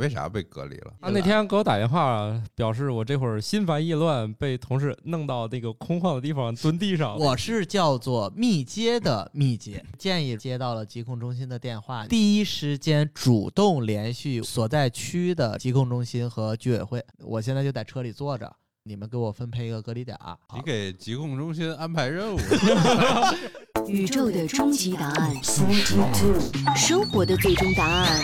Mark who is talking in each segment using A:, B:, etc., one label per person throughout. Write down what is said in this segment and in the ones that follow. A: 为啥被隔离了？
B: 他啊那天给我打电话，表示我这会儿心烦意乱，被同事弄到那个空旷的地方蹲地上了。
C: 我是叫做密接的密接，建议接到了疾控中心的电话，第一时间主动联系所在区的疾控中心和居委会。我现在就在车里坐着，你们给我分配一个隔离点儿。
A: 你给疾控中心安排任务，
D: 宇宙的终极答案，生活的最终答案。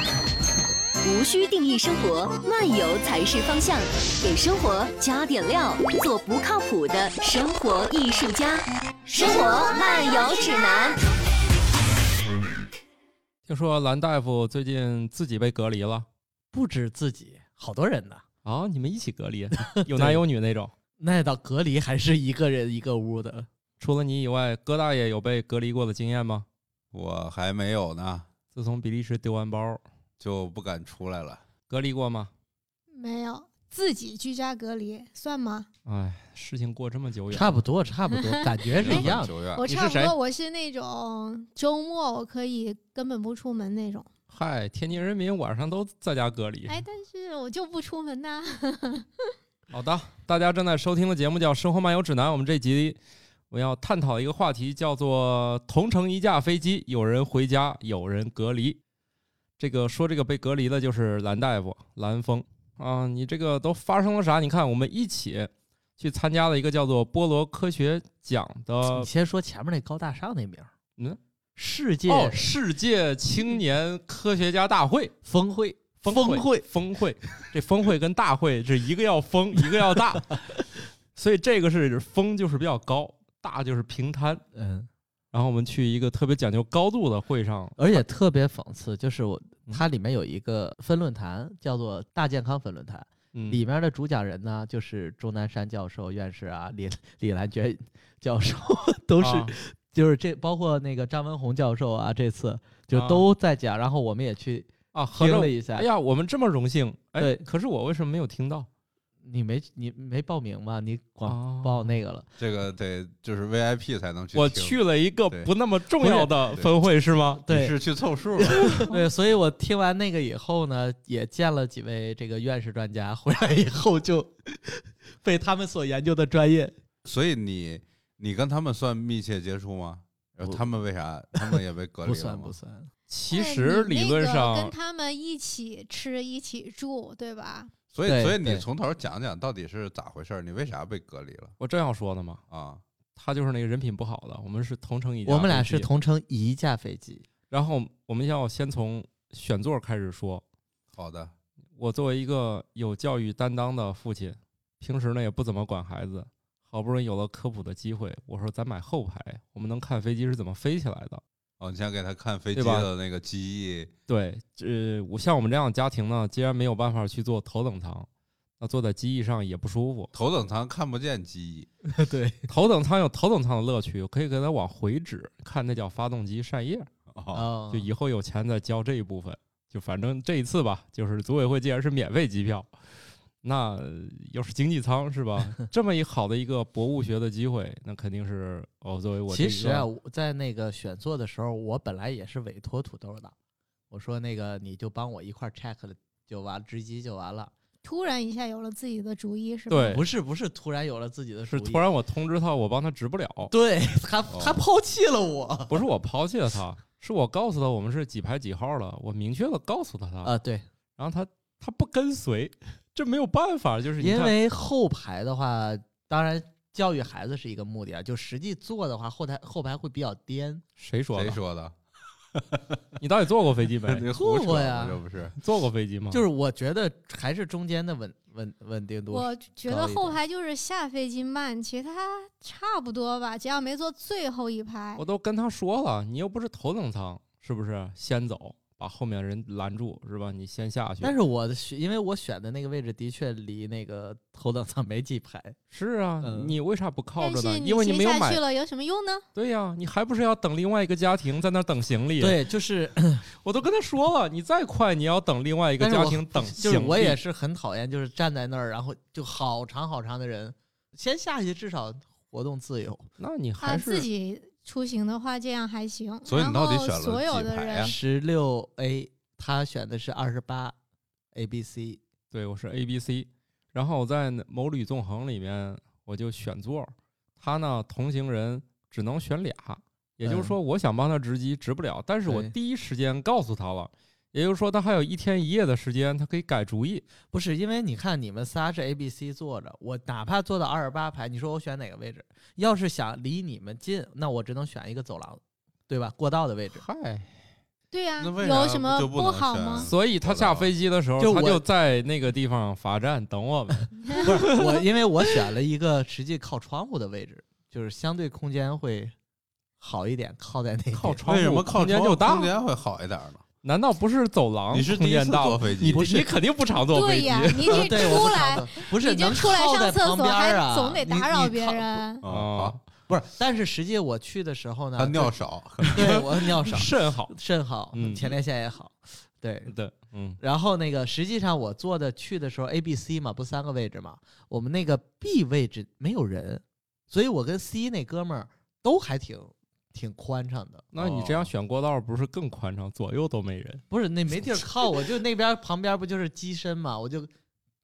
D: 无需定义生活，漫游才是方向。给生活加点料，做不靠谱的生活艺术家。生活漫游指南。
B: 听说蓝大夫最近自己被隔离了
C: 不止自己，好多人呢。
B: 啊？你们一起隔 离，有男有女那种。
C: 那倒隔离还是一个人一个屋的，
B: 除了你以外，哥大爷有被隔离过的经验吗？
A: 我还没有呢，
B: 自从比利时丢完包，
A: 就不敢出来了。
B: 隔离过吗？
E: 嗯没有自己居家隔离算吗？
B: 哎，事情过这么久远，
C: 差不多差不多，感觉是一 样的。
A: 久远，
E: 我
B: 啊你是
E: 差不
B: 谁
E: 多，我是那种周末我可以根本不出门那种。
B: 嗨，天津人民晚上都在家隔离。
E: 哎，但是我就不出门呐。
B: 好的，大家正在收听的节目叫《生活漫游指南》，我们这集我要探讨一个话题，叫做“同乘一架飞机，有人回家，有人隔离”。这个说这个被隔离的就是蓝大夫蓝峰啊，你这个都发生了啥？你看，我们一起去参加了一个叫做波罗科学奖的
C: 你先说前面那高大上那名儿，
B: 嗯，
C: 世界
B: 哦世界青年科学家大会。
C: 峰会，
B: 峰
C: 峰会
B: 峰会，这峰会跟大会是一个要峰，一个要 大，所以这个是峰就是比较高，大就是平摊。
C: 嗯，
B: 然后我们去一个特别讲究高度的会上，
C: 而且特别讽刺，就是我
B: 嗯
C: 它里面有一个分论坛，叫做大健康分论坛，
B: 嗯，
C: 里面的主讲人呢就是钟南山教授院士啊，李李兰娟 教授都是、
B: 啊
C: 就是这包括那个张文宏教授啊，这次就
B: 啊
C: 都在讲，然后我们也去
B: 啊，合
C: 听
B: 着
C: 了一下。
B: 哎呀，我们这么荣幸，哎，
C: 对
B: 可是我为什么没有听到？
C: 你没你没报名吗？你光
B: 啊
C: 报那个了，
A: 这个得就是 VIP 才能去听。
B: 我去了一个
A: 对
B: 不那么重要的峰会是吗？
A: 你
C: 对
A: 是去凑数了，
C: 对，所以我听完那个以后呢，也见了几位这个院士专家，回来以后就 被他们所研究的专业
A: 所以你你跟他们算密切接触吗？然后
C: 不
A: 他们为啥？他们也被隔离
C: 不
A: 了
C: 算
A: 吗
C: 不算，
B: 其
E: 哎
B: 实
E: 你
B: 理
E: 那
B: 论
E: 个
B: 上，
E: 跟他们一起吃一起住，对吧？
A: 所以
C: 对
A: 所以你
C: 对
A: 从头讲讲到底是咋回事儿？你为啥被隔离了
B: 我正要说呢嘛，
A: 啊？
B: 他就是那个人品不好的，我们是同城一家，
C: 我们俩是同乘一架 飞机，
B: 然后我们要先从选座开始说。
A: 好的，
B: 我作为一个有教育担当的父亲，平时呢也不怎么管孩子，好不容易有了科普的机会，我说咱买后排，我们能看飞机是怎么飞起来的。
A: 哦，你想给他看飞机
B: 对吧
A: 的那个机翼，
B: 对，这我像我们这样的家庭呢，既然没有办法去坐头等舱，那坐在机翼上也不舒服。
A: 头等舱看不见机翼，
C: 对，
B: 头等舱有头等舱的乐趣，可以给它往回指，看那叫发动机扇叶。
A: 哦，
C: 哦
B: 就以后有钱再交这一部分。就反正这一次吧，就是组委会既然是免费机票，那呃又是经济舱是吧？ 这么一好的一个博物学的机会，那肯定是哦，作为我这
C: 其
B: 一
C: 实
B: 个
C: 啊，我在那个选座的时候，我本来也是委托土豆的，我说那个你就帮我一块儿 check 了就完，直击就完了。
E: 突然一下有了自己的主意，是吧？
B: 对
C: 不是不是，突然有了自己的
B: 是
C: 主意，
B: 突然我通知他，我帮他值不了，
C: 对他
A: 哦
C: 他抛弃了我
B: 不是我抛弃了他，是我告诉他我们是几排几号了，我明确的告诉他他，
C: 啊，对，
B: 然后他他不跟随，这没有办法，就是你
C: 因
B: 看
C: 为后排的话，当然教育孩子是一个目的啊，就实际坐的话，后台后排会比较颠。
B: 谁说
A: 谁
B: 的？
A: 说的？
B: 你到底坐过飞 机没？
A: 你胡
C: 坐
A: 扯
C: 过
A: 呢，
C: 呀
A: 这不是？
B: 坐过飞机吗？
C: 就是我觉得还是中间的稳稳稳定度。
E: 我觉
C: 高
E: 得
C: 一
E: 后
C: 点
E: 排就是下飞机慢，其他差不多吧，只要没坐最后一排
B: 我。都跟他说了，你又不是头等舱，是不是？先走，把后面人拦住，是吧？你先下去。
C: 但是我的选，因为我选的那个位置的确离那个头等舱没几排，
B: 是啊，
C: 嗯
B: 你为啥不靠
E: 但
B: 着呢？
E: 是
B: 因为你
E: 骑
B: 没有
E: 下
B: 买
E: 去。了有什么用呢？
B: 对呀、你还不是要等另外一个家庭在那儿等行李？，
C: 对，就是
B: 我都跟他说了，你再快，你要等另外一个
C: 但是
B: 家
C: 我
B: 庭等
C: 就
B: 行李。
C: 是我也是很讨厌，就是站在那儿，然后就好长好长的人，先下去至少活动自由。
B: 那你
E: 啊，
B: 还是、
E: 自己出行的话，这样还行。
A: 所以你
E: 然
A: 到底
E: 后
A: 选了
E: 所有
A: 几
E: 的
A: 排
E: 人
A: 呀
C: 十六 A，他选的是二十八 A、B、C。
B: 对，我是 A B C，然后我在某旅纵横里面我就选座儿，他呢同行人只能选俩，也就是
C: 嗯
B: 说我想帮他值机值不了，但是我
C: 对
B: 第一时间告诉他了，也就是说他还有一天一夜的时间，他可以改主意。
C: 不是因为你看你们仨是 A、B、C 坐着，我哪怕坐到二十八排，你说我选哪个位置？要是想离你们近，那我只能选一个走廊，对吧？过道的 位置。
B: 嗨，
E: 对呀、
A: 那为啥
E: 有什么
A: 就不能
E: 好
A: 选啊
E: 吗？
B: 所以他下飞机的时候，
C: 就
B: 他
C: 我
B: 就在那个地方罚站等我们。
C: 不是我，因为我选了一个实际靠窗户的位置，就是相对空间会好一点，靠在那边
B: 靠窗户
A: 为什么靠
B: 空间
A: 窗
B: 就
A: 户
B: 大
A: 空？间会好一点呢？
B: 难道不是走廊
A: 你是
B: 空
A: 第一
B: 间
A: 次
B: 大
A: 坐
B: 吗？
A: 飞机
B: 你
C: 不是
B: 你肯定不常坐
E: 对
B: 飞机。
E: 呀、你
C: 啊
E: 这
C: 对，我
E: 出
C: 不常
E: 来，
C: 坐不是
E: 你这
C: 能
E: 出来
C: 靠在
E: 上厕
C: 旁
E: 所
C: 边
E: 还
C: 儿啊
E: 总得
C: 你
E: 打扰
C: 你
E: 别
C: 靠
E: 人，
A: 啊，
B: 哦
A: 好，
C: 不是，但是实际我去的时候呢，
A: 他尿少，
C: 对我尿少，
B: 甚好。
C: 肾好
B: 嗯，
C: 前列腺也好，对。
B: 对，嗯，
C: 然后那个，实际上我坐的去的时候，A、B、C 嘛，不三个位置嘛，我们那个 B 位置没有人，所以我跟 C 那哥们儿都还挺挺宽敞的，
B: 那你这样选过道不是更宽敞？左右都没人。
C: 不是那没地儿靠，我就那边儿旁边儿不就是机身嘛，我就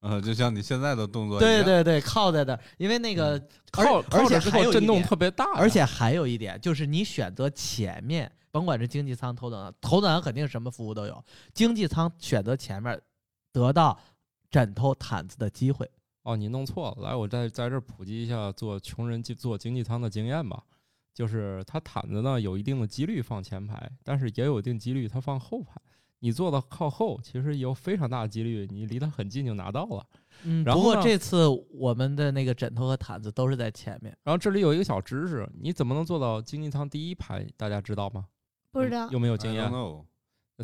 A: 呃，就像你现在的动作一
C: 对
A: 样，
C: 对对靠在那儿，因为那个而
B: 嗯靠
C: 而
B: 靠
C: 且
B: 着之
C: 还有
B: 后
C: 一
B: 震动
C: 点
B: 特别大呀，
C: 而且还有一点就是，你选择前面，甭管是经济舱、头等舱，头等舱肯定什么服务都有。经济舱选择前面，得到枕头、毯子的机会。
B: 哦，你弄错了。来，我再在这儿普及一下做穷人进坐经济舱的经验吧。就是它毯子呢有一定的几率放前排，但是也有一定几率它放后排。你坐到靠后，其实有非常大的几率你离它很近就拿到了。
C: 嗯，
B: 然
C: 不
B: 后
C: 过
B: 呢
C: 这次我们的那个枕头和毯子都是在前面，
B: 然后这里有一个小知识，你怎么能坐到经济舱第一排？大家知道吗？
E: 不知道
B: 有没有
A: I
B: 经
A: don't
B: 验？
A: know，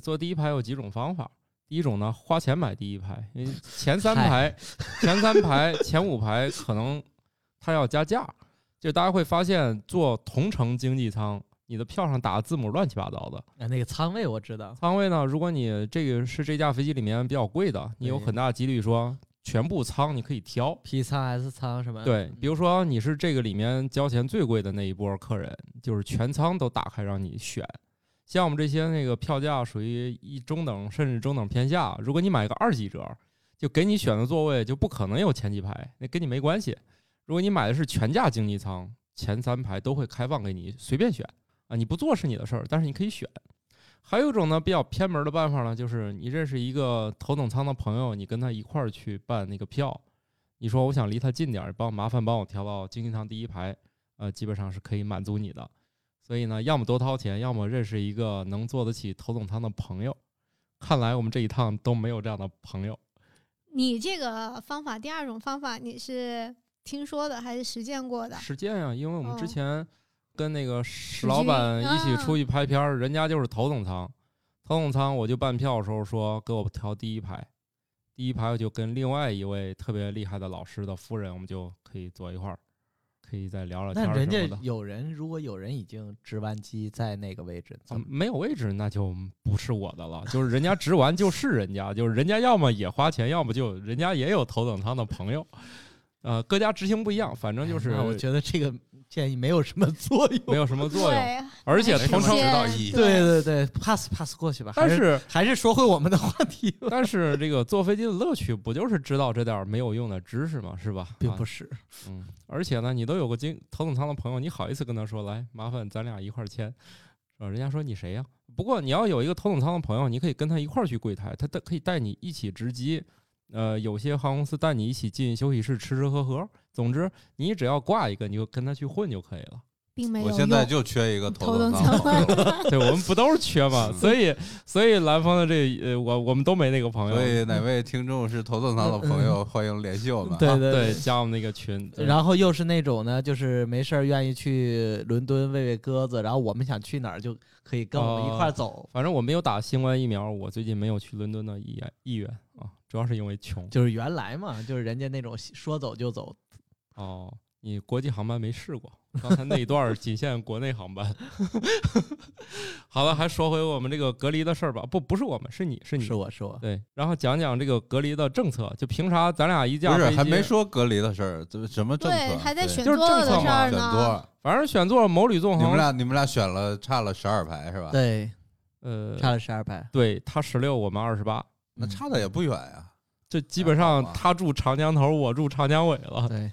B: 坐第一排有几种方法。第一种呢，花钱买第一排，因为前三排、前三排、前五排可能它要加价，就大家会发现坐同程经济舱，你的票上打的字母乱七八糟的。
C: 啊，那个舱位我知道。
B: 舱位呢，如果你这个是这架飞机里面比较贵的，你有
C: 对
B: 很大几率说全部舱你可以挑。
C: P 舱、S 舱什么？嗯
B: 对，比如说你是这个里面交钱最贵的那一波客人，就是全舱都打开让你选。像我们这些那个票价属于一中等甚至中等偏下，如果你买个二级折，就给你选的座位就不可能有前几排，那跟你没关系。如果你买的是全价经济舱，前三排都会开放给你随便选啊，你不坐是你的事儿，但是你可以选。还有一种呢，比较偏门的办法呢，就是你认识一个头等舱的朋友，你跟他一块儿去办那个票。你说我想离他近点儿，帮麻烦帮我调到经济舱第一排，呃，基本上是可以满足你的。所以呢，要么多掏钱，要么认识一个能坐得起头等舱的朋友。看来我们这一趟都没有这样的朋友。
E: 你这个方法，第二种方法你是听说的还是实践过的？
B: 实践啊，因为我们之
E: 哦
B: 前跟那个石
E: 石
B: 老
E: 军
B: 板一起
E: 啊
B: 出去拍片儿，人家就是头等舱，头等舱我就办票的时候说给我调第一排，第一排我就跟另外一位特别厉害的老师的夫人，我们就可以坐一块儿，可以再聊聊天
C: 那
B: 儿
C: 人
B: 什
C: 家
B: 么的。
C: 有人，如果有人已经值完机在那个位置，
B: 啊
C: 怎么？
B: 没有位置，那就不是我的了。就是人家值完就是人家，就是人家要么也花钱，要么就人家也有头等舱的朋友。呃，各家执行不一样，反正就是
C: 哎那我觉得这个建议没有什么作用。
B: 没有什么作用，
E: 对，
B: 而且
E: 还是
B: 同城
E: 见
A: 知道意义
C: 对对对，pass pass 过去吧。
B: 但
C: 还是
B: 是
C: 还是说回我们的话题吧，
B: 但是这个坐飞机的乐趣不就是知道这点儿没有用的知识吗？是吧？
C: 并不
B: 是、
C: 是。
B: 嗯，而且呢，你都有个经头等舱的朋友，你好意思跟他说来，麻烦咱俩一块儿签，是吧？人家说你谁呀、不过你要有一个头等舱的朋友，你可以跟他一块儿去柜台，他带可以带你一起值机。呃，有些航空公司带你一起进休息室吃吃喝喝，总之你只要挂一个，你就跟他去混就可以了。
E: 并没有
A: 我
E: 用。
A: 现在就缺一个头
E: 哎头等
A: 舱朋友，
B: 对，我们不都是缺嘛，所以所以蓝方的这呃，我我们都没那个朋友，
A: 所以哪位听众是头等舱的朋友，欢迎联系我们。
C: 对
B: 啊
C: 对
B: 对，加我们那个群，对
C: 然后又是那种呢，就是没事儿愿意去伦敦喂喂鸽子，然后我们想去哪儿就可以跟我们一块儿走，
B: 反正我没有打新冠疫苗，我最近没有去伦敦的意意愿啊，主要是因为穷。
C: 就是原来嘛，就是人家那种说走就走。
B: 哦，你国际航班没试过，刚才那一段儿仅限国内航班。 好了，还说回我们这个隔离的事儿吧，不，不是我们，是你，是你。
C: 是我是我，
B: 对，然后讲讲这个隔离的政策，就凭啥咱俩一架
A: 不是
B: 飞机
A: 还没，说隔离的事儿，这什么政
E: 对，
A: 策？啊
E: 还在
A: 对
E: 选
B: 就
E: 座
B: 是政
E: 的
B: 策
E: 事
B: 嘛
E: 儿
A: 选
E: 呢。
A: 多，
B: 反正选座某旅纵
A: 你们
B: 横，
A: 俩你们俩选了差了十二排是吧？
C: 对，
B: 呃，
C: 差了十二排。嗯
B: 对他十六，我们二十八，
A: 那差的也不远呀。
B: 这基本
A: 还好
B: 上
A: 吧
B: 他住长江头，我住长江尾了。
C: 对，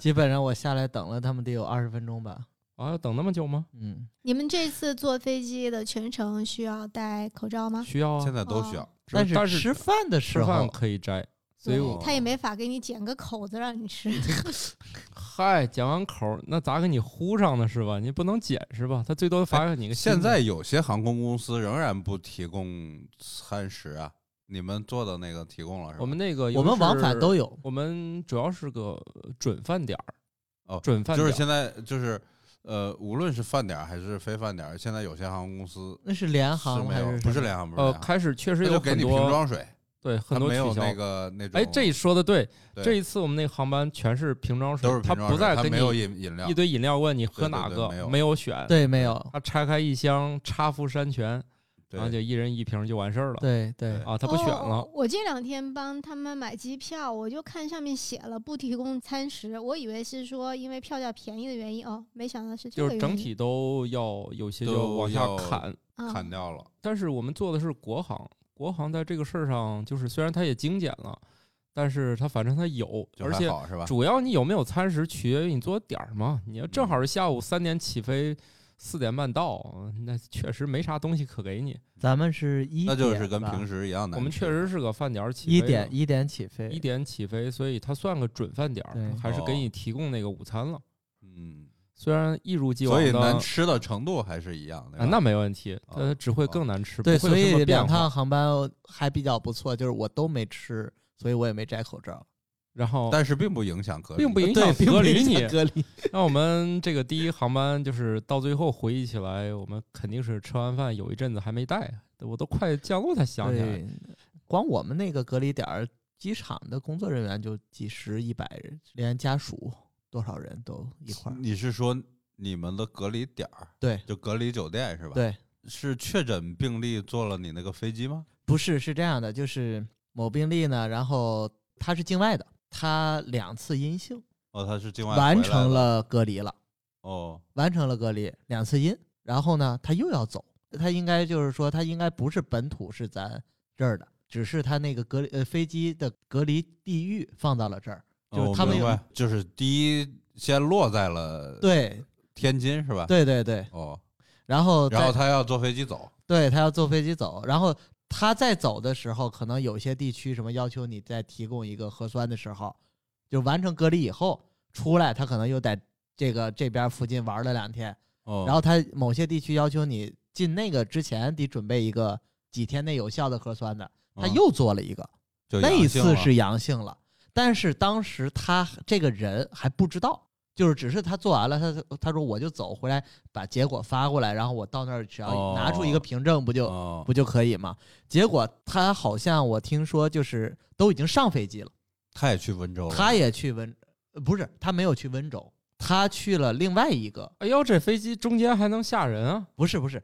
C: 基本上我下来等了他们得有二十分钟吧。
B: 啊，要等那么久吗？
C: 嗯，
E: 你们这次坐飞机的全程需要戴口罩吗？
B: 需要啊
A: 现，在
E: 哦
A: 都需要，
B: 只
C: 但
B: 但
C: 吃
B: 是
C: 饭的时
B: 吃饭
C: 候，
B: 可以摘。所以
E: 对
A: 哦
B: 我
E: 他也没法给你剪个口子让你吃。
B: 嗨，讲完口儿那咋给你糊上呢？是吧？你不能剪是吧？他最多罚个你个新的。
A: 哎现在有些航空公司仍然不提供餐食啊。你们做的那个提供了是吧？
B: 我们那个
C: 我们往返都
B: 有，
C: 有。
B: 我们主要是个准饭点儿。
A: 哦
B: 准饭
A: 就是
B: 点儿
A: 现在就是呃，无论是饭点儿还是非饭点儿，现在有些航空公司
C: 那是联航
A: 是没
C: 还
A: 有，
C: 是
A: 不
C: 什
A: 是
C: 么？
A: 联航，不是
B: 呃，
A: 联航
B: 开始确实
A: 那
B: 有
A: 就给
B: 很
A: 你瓶
B: 多
A: 装水，
B: 对
A: 它
B: 很多
A: 没有
B: 取消。
A: 那个那种。
B: 哎，这说的对，
A: 对
B: 这一次我们那个航班全是瓶装水
A: 都是，瓶
B: 他
A: 装
B: 不
A: 水
B: 再
A: 它
B: 跟
A: 没有
B: 你
A: 饮饮料
B: 一，堆饮料问你喝
A: 对对
B: 哪
A: 对
B: 个
A: 没，有
B: 没有选，
C: 对，没有。
B: 他拆开一箱插福山泉，
A: 对
B: 然啊后就一人一瓶就完事儿了。
C: 对对，
B: 啊，他不选了
E: 哦。我这两天帮他们买机票，我就看上面写了不提供餐食，我以为是说因为票价便宜的原因哦，没想到是这
B: 就
E: 个
B: 是
E: 原因
B: 整体都要有些就
A: 都
B: 往下
A: 要
B: 砍，
A: 砍。
E: 啊
A: 掉了。
B: 但是我们做的是国航，国航在这个事儿上，就是虽然它也精简了，但是它反正它有，
A: 就
B: 而
A: 还
B: 且
A: 好啊是吧？
B: 主要你有没有餐食取决于你做点儿嘛。你要正好是下午三点起飞，四点半到，那确实没啥东西可给你。
C: 咱们是一
A: 那就是跟
C: 吧
A: 平时一样的。
B: 我们确实是个饭点儿起飞
C: 一
B: 的，
C: 点一点起飞，
B: 一点起飞，所以它算个准饭点儿
C: 对，
B: 还是给
A: 哦
B: 你提供那个午餐了。
A: 嗯，
B: 虽然一如既往
A: 所以
B: 的
A: 难吃的程度还是一样的。
B: 啊，那没问题，
A: 哦
B: 它只会更难吃，
C: 对，
B: 不
C: 所
B: 会有什
C: 以
B: 么变
C: 两趟
B: 化。
C: 航班还比较不错，就是我都没吃，所以我也没摘口罩，
B: 然后
A: 但是并不影响隔离，
B: 并不影
C: 对，
B: 响
C: 并
B: 隔
C: 不
B: 离
C: 影
B: 你
C: 响。隔离。
B: 那我们这个第一航班就是到最后回忆起来，我们肯定是吃完饭有一阵子还没带，我都快降落才想起来。
C: 对，光我们那个隔离点儿，机场的工作人员就几十、一百人，连家属多少人都一块
B: 嗯
C: 儿。
A: 你是说你们的隔离点儿？
C: 对
A: 就隔离酒店是吧？，
C: 对，
A: 是确诊病例坐了你那个飞机吗？
C: 不是是这样的，就是某病例呢，然后他是境外的，他两次阴性，
A: 哦，他是境外
C: 完
A: 回来
C: 成
A: 了。
C: 了隔离了。
A: 哦，
C: 完成了隔离两次阴，然后呢，他又要走，他应该就是说他应该不是本土是咱这儿的，只是他那个隔离呃飞机的隔离地域放到了这儿，就是
A: 哦
C: 他们
A: 明
C: 有
A: 白就是第一先落在了
C: 对
A: 天津是吧？。
C: 对对对，
A: 哦，
C: 然后
A: 然后
C: 再
A: 他要坐飞机走。
C: 对他要坐飞机走，然后他在走的时候，可能有些地区什么要求你再提供一个核酸的时候，就完成隔离以后出来，他可能又在这个这边附近玩了两天，
A: 哦，
C: 然后他某些地区要求你进那个之前得准备一个几天内有效的核酸的，他
A: 嗯
C: 又做了一个，
A: 就
C: 那
A: 阳
C: 一
A: 性
C: 次
A: 了
C: 是阳性了，但是当时他这个人还不知道，就是只是他做完了，他他说我就走回来把结果发过来，然后我到那儿只要拿出一个
A: 哦
C: 凭证不就、
A: 哦
C: 不就可以吗？结果他好像我听说就是都已经上飞机了。
A: 他也去温州了，
C: 他也去温，呃不是他没有去温州，他去了另外一个，
B: 哎呦，这飞机中间还能吓人啊！
C: 不是不是，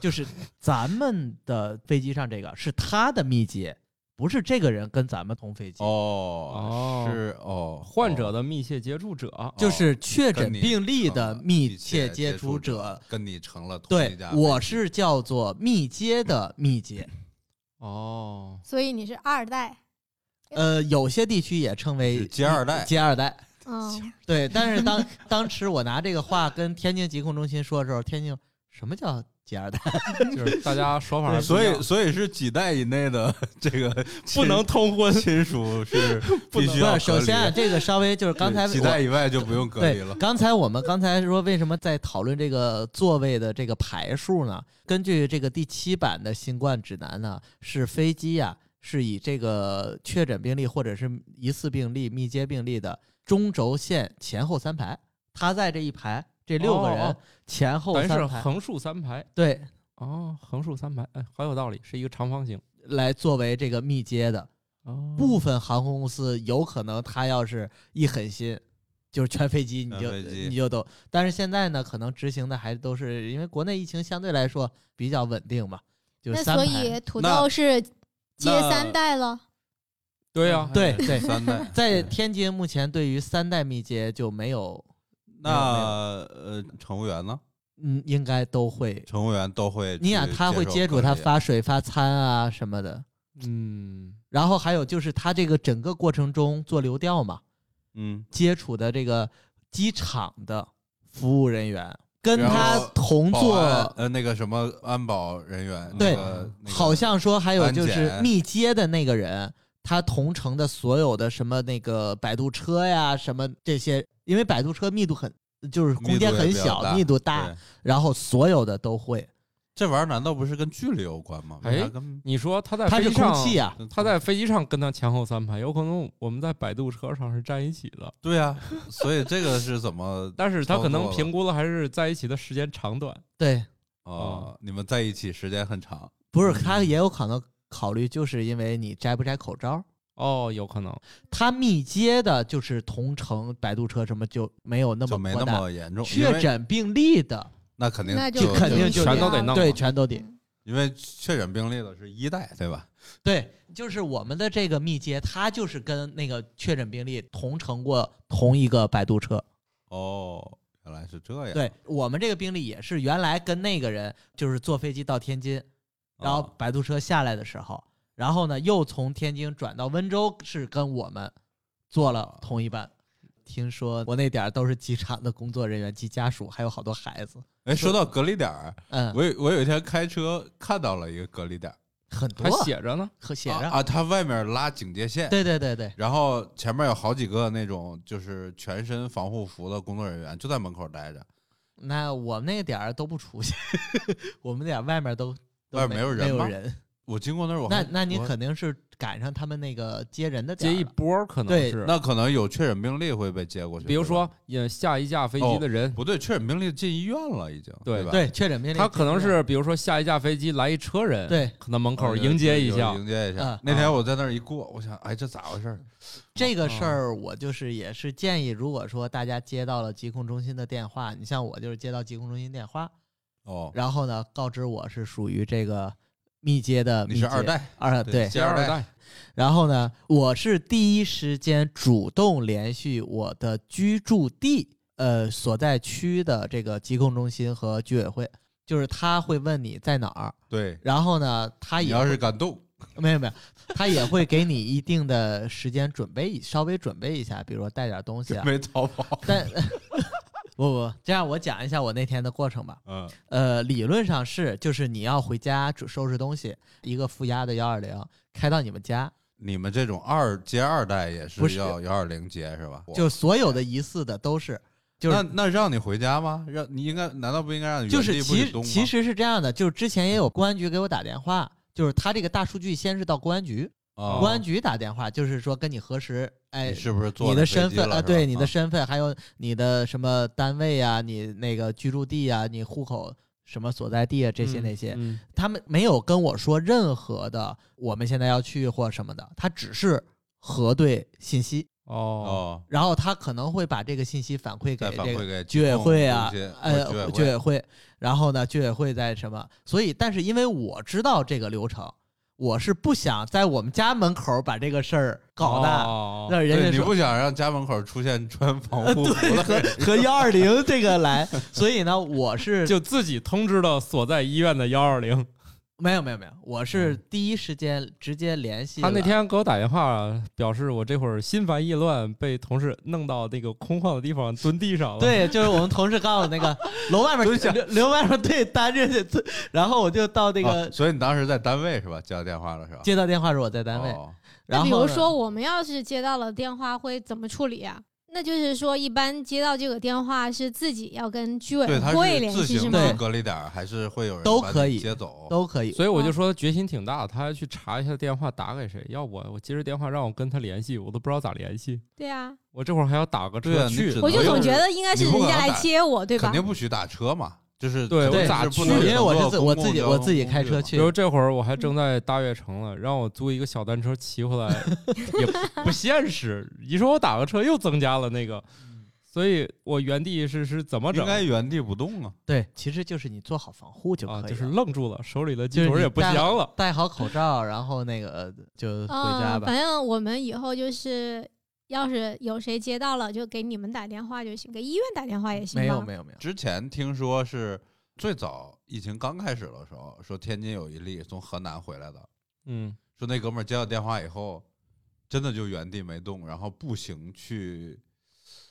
C: 就是咱们的飞机上这个是他的密接，不是这个人跟咱们同飞机，
A: 哦
B: 哦
A: 是哦，
B: 患者
A: 的
B: 的密切接触者，
C: 就是确诊
A: 哦跟你
C: 病例的
A: 成了
C: 密
A: 密
C: 切
A: 接
C: 触
A: 者。跟你成了同一
C: 对
A: 架，
C: 我
A: 飞机
C: 是叫做密接的密接，
B: 哦，
E: 所以你是二代，
C: 呃，有些地区也称为
A: 是接二代
C: 接二代。
E: 嗯，
C: 对，但是当当时我拿这个话跟天津疾控中心说的时候，天津什么叫接二代？
B: 就是大家说法还不一样，
A: 啊所以所以是几代以内的 这个
B: 不能通婚。
A: 亲属 是必须
C: 不
A: 要
C: 是首
A: 隔离
C: 先啊，这个稍微就是刚才
A: 对几
C: 我
A: 代以外就不用隔离
C: 对，
A: 了。
C: 刚才我们刚才说为什么在讨论这个座位的这个排数呢？根据这个第七版的新冠指南呢，是飞机呀、是以这个确诊病例或者是疑似病例、密接病例的中轴线前后三排，它在这一排这六个
B: 哦
C: 人
B: 哦
C: 前后
B: 等于是
C: 三排，
B: 横竖三排
C: 对，
B: 哦，横竖三排，哎，好有道理，是一个长方形。
C: 来作为这个密接的。
A: 嗯
B: 哦，
C: 部分航空公司有可能他要是一狠心，就是全飞机你就
A: 全飞机
C: 你就都，但是现在呢，可能执行的还都是因为国内疫情相对来说比较稳定嘛，就
E: 那
C: 三
E: 所
C: 排
E: 以土
A: 那
E: 豆是接
A: 那
E: 三代了。
B: 对啊呀，
C: 对
A: 还是
C: 对
A: 三代
C: 在
A: 对
C: 天津目前对于三代密接就没有，
A: 那呃，乘务员呢？
C: 嗯，应该都会，
A: 乘务员都会去接受隔离，
C: 你想他会接触他发水发餐啊什么的，
B: 嗯，
C: 然后还有就是他这个整个过程中做流调嘛，
A: 嗯，
C: 接触的这个机场的服务人员，跟
A: 然
C: 他
A: 后
C: 同
A: 保安
C: 坐，
A: 呃那个什么安保人员，那
C: 对
A: 个那个
C: 好像说还有
A: 安
C: 就是
A: 检
C: 密接的那个人，他同乘的所有的什么那个摆渡车呀，什么这些，因为摆渡车密度很，就是
A: 密
C: 空间
A: 度也
C: 很
A: 比较
C: 小，
A: 大
C: 密度大
A: 对，
C: 然后所有的都会，
A: 这玩意儿难道不是跟距离有关吗？
B: 哎
A: 为啥跟
B: 你说他在
C: 它
B: 飞
C: 是
B: 机
C: 空
B: 上，
C: 气啊，
B: 他在飞机上跟他前后三排，有可能我们在摆渡车上是站一起的，
A: 对啊，所以这个是怎么
B: 但是他可
A: 操
B: 能
A: 作了
B: 评估了还是在一起的时间长短。
C: 对，
A: 哦，你们在一起时间很长，
C: 不是他也有可能考虑，就是因为你摘不摘口罩。
B: 哦，有可能。
C: 他密接的就是同乘摆渡车什么就没有那么
A: 就没
C: 扩
A: 那
C: 大
A: 么严重。因
C: 确
A: 为
C: 诊病例的，
A: 那肯定
E: 那
C: 就肯定就
B: 全都得弄
C: 对，
B: 嘛
C: 全都得
A: 因为确诊病例的是一代，对吧？
C: 对，就是我们的这个密接，他就是跟那个确诊病例同乘过同一个摆渡车。
A: 哦，原来是这样。啊
C: 对我们这个病例也是原来跟那个人就是坐飞机到天津，然后
A: 哦
C: 摆渡车下来的时候，然后呢又从天津转到温州，是跟我们坐
A: 啊
C: 了同一班。听说我那点儿都是机场的工作人员及家属，还有好多孩子。
A: 哎，说到隔离点儿，
C: 嗯，
A: 我有我有一天开车看到了一个隔离点儿，
C: 很
B: 还
C: 多
B: 写着呢，
C: 和写上、
A: 啊啊，它外面拉警戒线，
C: 对对对对，
A: 然后前面有好几个那种就是全身防护服的工作人员就在门口待着，
C: 那我们那点儿都不出去， 我们那点儿外面都都
A: 外面
C: 没
A: 没有人
C: 没有
A: 吗
C: 人。
A: 我经过那儿我
C: 那
A: 还
C: 那你
A: 我
C: 肯定是赶上他们那个接人的点
B: 接
C: 儿
B: 一
C: 了
B: 波儿可能
C: 对
B: 是。
A: 那可能有确诊病例会被接过去，
B: 比如
A: 对吧
B: 说，也下一架飞机的人，
A: 不对，确诊病例进医院了已经，
B: 对
A: 吧？
C: 对确诊病例，
B: 他可能是比如说下一架飞机来一车人，，
C: 对
B: 可能门口
A: 哦有
B: 迎接一
A: 有
B: 下。
A: 迎接一下
C: 嗯。
A: 那天我在那儿一过，我想，哎，这咋回事儿？
C: 这
A: 哦
C: 个事儿，我就是也是建议，如果说大家接到了疾控中心的电话，你像我就是接到疾控中心电话，
A: 哦，
C: 然后呢告知我是属于这个密接的密
A: 你
C: 接，
A: 是二代，
C: 二
A: 对
C: 对，
A: 接
B: 接二
A: 二
B: 代，
C: 然后呢，我是第一时间主动联系我的居住地，呃，所在区的这个疾控中心和居委会，就是他会问你在哪儿，
A: 对，
C: 然后呢，他
A: 你
C: 也
A: 要是
C: 会
A: 敢动，
C: 没有没有，他也会给你一定的时间准备一，稍微准备一下，比如说带点东西啊，
A: 没逃跑。
C: 但不不，这样我讲一下我那天的过程吧。
A: 嗯，
C: 呃，理论上是，就是你要回家收收拾东西，一个负压的幺二零开到你们家，
A: 你们这种二接二代也
C: 不
A: 是
C: 是
A: 要幺二零接是吧？
C: 就是所有的疑似的都是，就是
A: 那那让你回家吗？让你应该难道不应该让你
C: 就
A: 原地
C: 是
A: 不
C: 其
A: 许
C: 实
A: 动吗
C: 其实是这样的，就是之前也有公安局给我打电话，就是他这个大数据先是到公安局，
A: 啊
C: 公安局打电话就是说跟你核实，哎
A: 你，是不是坐
C: 你
A: 着
C: 的
A: 飞
C: 身
A: 机
C: 份
A: 了
C: 啊，
A: 是吧
C: 对你的
A: 啊
C: 身份，还有你的什么单位啊，你那个居住地啊，你户口什么所在地啊，这些
B: 嗯
C: 那些，
B: 嗯
C: 他们没有跟我说任何的我们现在要去或什么的，他只是核对信息，
B: 哦，
A: 哦，
C: 然后他可能会把这个信息反馈
A: 再
C: 给
A: 反
C: 这
A: 馈
C: 个
A: 给
C: 居委会啊
A: 疾控中心，或者
C: 呃，
A: 居
C: 居
A: 委会
C: 委会，然后呢，居委会在什么？所以，但是因为我知道这个流程，我是不想在我们家门口把这个事儿搞大，
B: 哦
C: 让
A: 对
C: 人
A: 你
C: 家说呃
A: 不想让家门口出现穿防护服的人，
C: 和和幺 二零这个来，所以呢，我是
B: 就自己通知了所在医院的幺二零。
C: 没有没有没有，我是
A: 嗯
C: 第一时间直接联系
B: 他那
C: 了
B: 天给我打电话，表示我这会儿心烦意乱，被同事弄到那个空旷的地方蹲地上了。，
C: 对，就是我们同事告诉我那 个楼外面
A: 蹲下
C: 留留外面对单着去，然后我就到那
A: 啊
C: 个
A: 所以你当时在单位是吧？接到电话了是吧？
C: 接到电话是我在单位，
A: 哦
C: 然
E: 那
C: 后
E: 比如
C: 呢
E: 说，我们要是接到了电话，会怎么处理啊？那就是说，一般接到这个电话是自己要跟居委
A: 对，他
E: 会
A: 是
E: 联
A: 自
E: 系是
A: 行
E: 吗？
A: 去隔离点儿，还是会有人
C: 都
A: 把
C: 可
A: 你
C: 以
A: 接走？
C: 都可以，
B: 所以我就说他决心挺大，他还去查一下电话打给谁。要我，我接着电话让我跟他联系，我都不知道咋联系。
E: 对啊，
B: 我这会儿还要打个
A: 对
B: 车
A: 啊你
B: 去
A: 只
B: 呢，
A: 能
E: 我就
A: 用
E: 总觉得应该是
A: 你
E: 人
A: 不可
E: 家
A: 能
E: 来
A: 打
E: 接我，对吧
A: 肯？定不许打车嘛，就是
B: 对
A: 肯定
B: 我
A: 是
B: 咋
A: 不
B: 去
A: 能
B: 因为
A: 乘
C: 我是
A: 坐
C: 自
A: 公
C: 我
A: 共
C: 自己
A: 交
C: 我
A: 通
C: 自己
A: 工
C: 开
A: 具
C: 车
A: 嘛
C: 去
B: 比如这会儿我还正在大悦城了，让我租一个小单车骑回来也不现实。你说我打个车又增加了那个，所以我原地是是怎么整
A: 应该原地不动啊。
C: 对，其实就是你做好防护就可以
B: 啊？
C: 了，
B: 就是愣住了，手里的
C: 就
B: 鸡
C: 是
B: 腿
C: 你
B: 也不
C: 戴
B: 香
C: 好
B: 了。
C: 戴好口罩，然后那个呃就回家
E: 嗯，
C: 吧。
E: 反正我们以后就是，要是有谁接到了，就给你们打电话就行，给医院打电话也行
C: 嗯
E: 吧。
C: 没有没有没有，
A: 之前听说是最早疫情刚开始的时候，说天津有一例从河南回来的，
B: 嗯，
A: 说那哥们儿接到电话以后，真的就原地没动，然后步行去。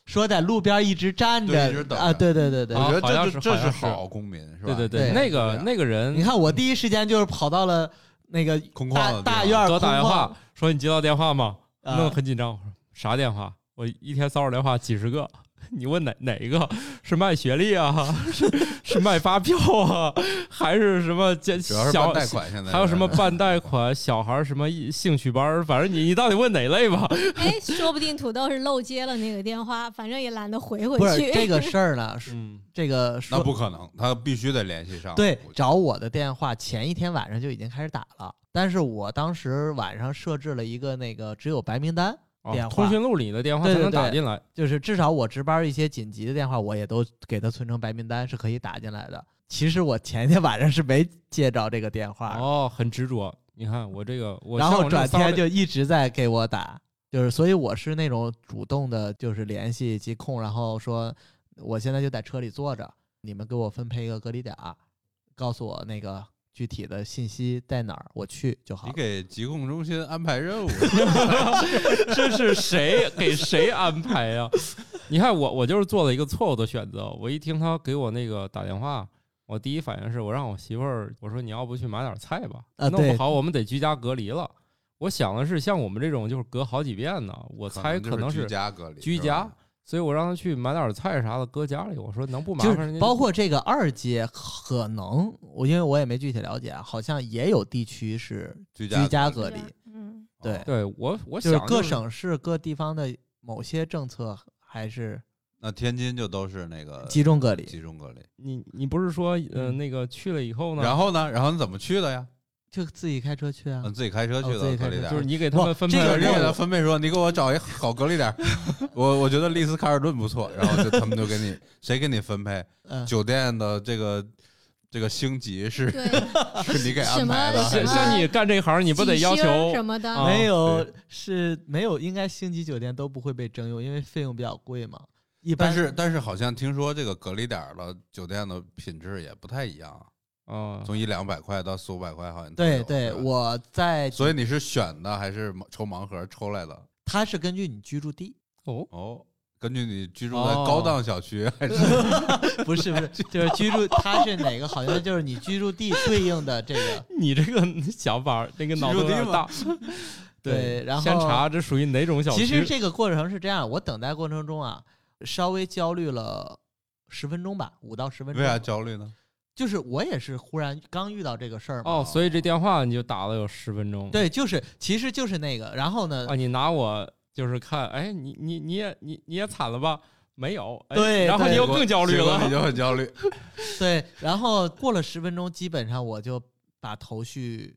C: 说在路边一直站
A: 对一直
C: 着
A: 等着
C: 啊，对对对对
A: 我。
B: 啊
A: 觉得
B: 好像
A: 这这
B: 是
A: 这
B: 好
A: 是
B: 像是
A: 好公民，是吧？
B: 对对
C: 对
B: 那个
A: 对啊
B: 那个人，
C: 你看，我第一时间就是跑到了那个
A: 空旷
C: 大
A: 的地方
C: 大院儿
B: 给我打电
C: 空旷
B: 话说你接到电话吗？
C: 啊
B: 那我很紧张，我说啥电话？我一天骚扰电话几十个， 你问哪哪一个 是卖学历啊？ 是是卖发票啊？ 还是什么兼
A: 主要是
B: 小
A: 办贷款现在
B: 还有什么办贷款、小孩儿什么兴趣班儿，反正你你到底问哪 类吧？
E: 哎，说不定土豆是漏接了那个电话，反正也懒得回回
C: 不是
E: 去。
C: 这 个事儿呢，是
B: 嗯，
C: 这个
A: 那
C: 说
A: 不可能，他必须得联系上。
C: 对
A: 我
C: 找我的电话前一天晚上就已经开始打了，但是我当时晚上设置了一个那个只有白名单
B: 哦
C: 电
B: 通
C: 话，
B: 讯录里的电话
C: 对
B: 才
C: 对
B: 能打
C: 对
B: 进来。
C: 就是至少我值班一些紧急的电话，我也都给它存成白名单，是可以打进来的。其实我前一天晚上是没接着这个电话，
B: 哦，很执着。你看我这个，我
C: 啊然
B: 像我
C: 后
B: 这种
C: 转
B: 骚扰
C: 天就一直在给我打，就是所以我是那种主动的，就是联系疾控，然后说我现在就在车里坐着，你们给我分配一个隔离点儿，告诉我那个具体的信息在哪儿，我去就好
A: 你
C: 了。
A: 给疾控中心安排 任务，
B: 这是谁给谁安排呀、 你看我，我就是做了一个错误的选择。我一听他给我那个打电话，我第一反应是我让我媳妇儿，我说你要不去买点菜吧，
C: 啊
B: 弄
C: 对
B: 不好我们得居家隔离了。我想的是，像我们这种就是隔好几遍呢，我猜可
A: 可
B: 能
A: 能就是
B: 是
A: 居家隔离，
B: 居
A: 是吧啊
B: 家，所以我让他去买点菜啥的搁家里。我说能不麻
C: 就
B: 烦
C: 是
B: 人家？
C: 包括这个二阶，可能我因为我也没具体了解啊，好像也有地区是
A: 居
C: 居家
A: 隔
C: 隔离，
E: 嗯，
C: 对
A: 哦
B: 对我，我
C: 就
B: 想
C: 是
B: 就
C: 各
B: 是
C: 省市各地方的某些政策还是
A: 那天津就都是那个
C: 集中隔离，
A: 呃集中隔离。
B: 你你不是说呃
C: 嗯
B: 那个去了以后呢？
A: 然后呢？然后你怎么去的呀？
C: 就自己开车去啊
A: 嗯，。自己开车去
C: 哦自己
A: 的隔
C: 开
A: 离
C: 车
A: 点儿。
B: 就是你给他
C: 不
B: 们分配
C: 这
A: 就
C: 个
A: 是
B: 了
A: 你
B: 任
A: 给他
B: 务，
A: 分配说，你给我找一好隔离点儿，我我觉得丽思卡尔顿不错，然后就他们就给你谁给你分配
C: 嗯，
A: 酒店的这个这个星级是
E: 对，
A: 是你给安排的，
E: 什
A: 还
B: 像
E: 么
A: 是
B: 像你干这行，你不得
E: 几
B: 要
E: 星
B: 求
E: 什么的？
B: 啊
C: 没有
A: 对，
C: 是没有，应该星级酒店都不会被征用，因为费用比较贵嘛。一般
A: 但是但是好像听说这个隔离点儿的酒店的品质也不太一样，
B: 啊？
A: 从一两百块到四五百块好像都
C: 对
A: 有
C: 对，
A: 吧
C: 我在，
A: 嗯所以你是选的还是盲抽盲盒抽来的？
C: 它是根据你居住地，
B: 哦，
A: 哦，根据你居住在
B: 哦
A: 高档小区还是
C: 不是不是，就是居住，它是哪个？好像就是你居住地对应的这个。
B: 你这个想法，那个脑洞有点大。
C: 对然后
B: 先查这属于哪种小区？
C: 其实这个过程是这样，我等待过程中啊，稍微焦虑了十分钟吧，五到十分
A: 为
B: 啊
A: 啥
C: 钟。
A: 焦虑呢？
C: 就是我也是忽然刚遇到这个事儿嘛。
B: 哦，所以这电话你就打了有十分钟。
C: 对，就是其实就是那个，然后呢
B: 啊，，你拿我就是看，哎，你你你也你你也惨了吧？没有，哎
C: 对
B: 然后
C: 对
B: 你又
A: 结果
B: 更焦虑
A: 结果
B: 了
A: 你。就很焦 虑。
C: 对，然后过了十分钟，基本上我就把头绪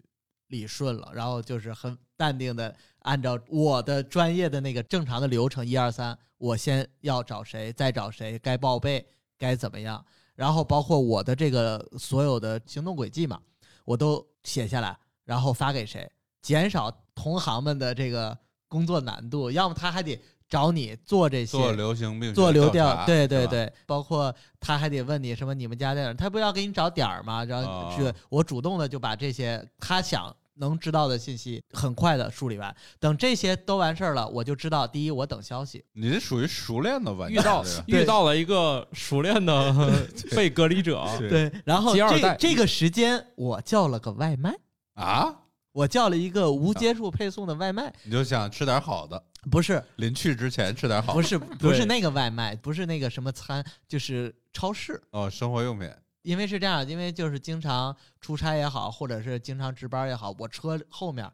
C: 理顺了，然后就是很淡定的按照我的专业的那个正常的流程，一二三，我先要找谁，再找谁，该报备，该怎么样，然后包括我的这个所有的行动轨迹嘛，我都写下来，然后发给谁，减少同行们的这个工作难度，要么他还得找你做这些
A: 做流行病学
C: 做流
A: 调
C: 调，
A: 查，
C: 对
A: 是
C: 对
A: 吧，
C: 对，包括他还得问你什么你们家在哪儿，他不要给你找点儿吗？然后
A: 哦
C: 去我主动的就把这些他想能知道的信息很快的梳理完，等这些都完事儿了，我就知道第一我等消息，
A: 你是属于熟练的玩
B: 遇
A: 家，
B: 到
A: 对吧
B: 遇到了一个熟练的被隔离者，
A: 啊
C: 对，然后
B: 接二
C: 这
B: 代
C: 这个时间我叫了个外卖，
A: 啊，
C: 我叫了一个无接触配送的外卖，
A: 你就想吃点好的，
C: 不是
A: 临去之前吃点好的
C: 不 是不
B: 对
C: 是那个外卖，不是那个什么餐，就是超市。
A: 哦，生活用品
C: 因为是这样，因为就是经常出差也好，或者是经常值班也好，我车后面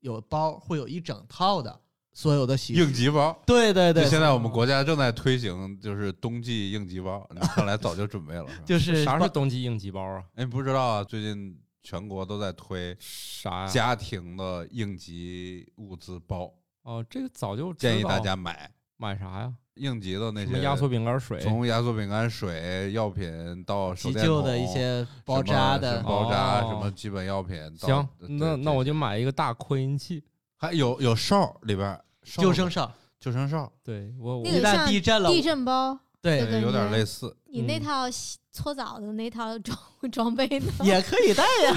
C: 有包，会有一整套的所有的洗
A: 应急包。
C: 对对
A: 就
C: 对，
A: 现在我们国家正在推行，就是冬季应急包，你看来早就准 备了，是吧？
C: 就是
B: 啥
C: 包
B: 是冬季应急包啊？
A: 哎，不知道啊，最近全国都在推
B: 啥呀？
A: 家庭的应急物资包，
B: 哦，这个早就知道
A: 建议大家买
B: 买啥呀？
A: 应急的那
B: 什么
A: 些
B: 压缩，饼干水、
A: 从压缩饼干、水、药品到手
C: 急
A: 电
C: 救
A: 筒
C: 的一些包扎的
A: 什么，包扎、
B: 哦
A: 什么基本药品到。
B: 行，
A: 对
B: 那那我
A: 这
B: 就买一个大扩音器。
A: 还有有哨里边儿哨
C: 救
A: 子
C: 生哨，
A: 救生哨，
B: 对我我
E: 那
C: 一
E: 个
C: 旦
E: 像
C: 地震了，
E: 地震包，
C: 对
E: 对
A: 有点类似。
E: 你那
B: 嗯
E: 套洗搓澡的那套装 装备呢？
C: 也可以带呀。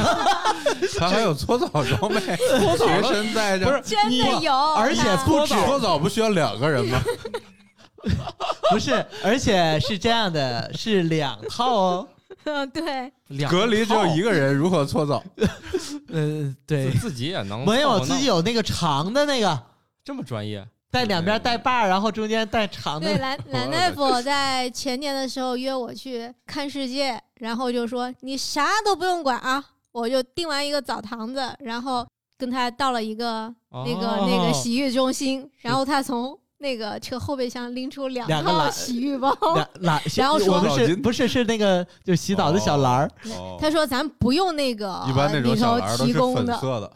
A: 他还有搓澡装备，随身带着。
B: 不是
E: 真
C: 你
E: 的有，
C: 而且
E: 那
C: 不止
A: 搓澡不需要两个人吗？
C: 不是，而且是这样的，是两套哦。
E: 嗯， 对，
B: 两
A: 隔离只有一
B: 个
A: 个人，如何搓澡？
C: 呃，
B: 套，
C: 对，
B: 自自己也能
C: 没
B: 凑
C: 有
B: 合
C: 自己
B: 弄
C: 有那个长的那个，
B: 这么专业，
C: 带两边带把，然后中间带
A: 啊
C: 长的。
E: 对，
A: 哦
E: 蓝蓝大 夫在前年的时候约我去看世界，然后就说你啥都不用管啊，我就订完一个澡堂子，然后跟他到了一个那个、那个
B: 哦
E: 洗浴中心，然后他从那个车后备箱拎出两
C: 两个
E: 套
C: 篮
E: 洗浴包，
C: 两篮，
E: 然后说
C: 我们
A: 搓澡
C: 是
A: 巾
C: 不是是那个就洗澡的小篮儿？
A: 哦
E: 他说咱不用那个
A: 一般那种
E: 里
A: 小
E: 头
A: 篮儿都
E: 提
A: 是
E: 供
A: 粉
E: 的，
A: 色的，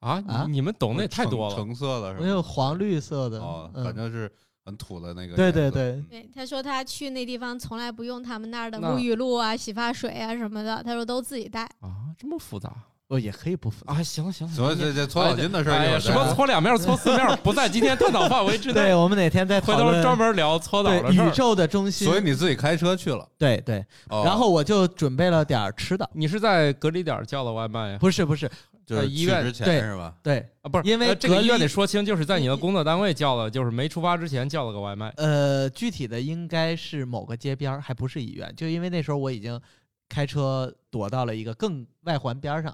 B: 啊
C: 啊
B: 你你们懂的也太多了
A: 橙，橙色的是
C: 没
A: 吧？
C: 有黄绿色的
A: 哦，，
C: 嗯
A: 反正是很土的那个颜色。嗯
C: 对对对
E: 对，他说他去那地方从来不用他们那儿的
B: 那
E: 沐浴露啊、洗发水啊什么的，他说都自己带。
B: 啊，这么复杂
C: 哦也可以不复杂。
B: 啊？行了行了，
A: 所以
C: 嗯
A: 这这搓澡巾的事儿
B: 哎呀，
A: 一会儿
B: 什
A: 再
B: 么
A: 说，
B: 搓两面搓四面，不在今天探讨范围之内
C: 对，。我们哪天再
B: 回
C: 讨
B: 头
C: 论
B: 专门聊搓澡的
C: 对
B: 事儿
C: 宇。宙的中心。
A: 所以你自己开车去了，
C: 对对，
A: 哦
C: 然后我就准备了点儿吃的，
B: 你是在隔离点儿叫的外卖呀？
C: 不是不是，
A: 就是
B: 医
A: 去
B: 院
A: 之
C: 呃对
A: 前是吧？
C: 对，
B: 啊，不是，
C: 因为
B: 呃这个
C: 隔
B: 医院
C: 离
B: 得说清，就是在你的工作单位叫的，就是没出发之前叫了个外卖。
C: 呃，具体的应该是某个街边儿，还不是医院，就因为那时候我已经开车躲到了一个更外环边儿上。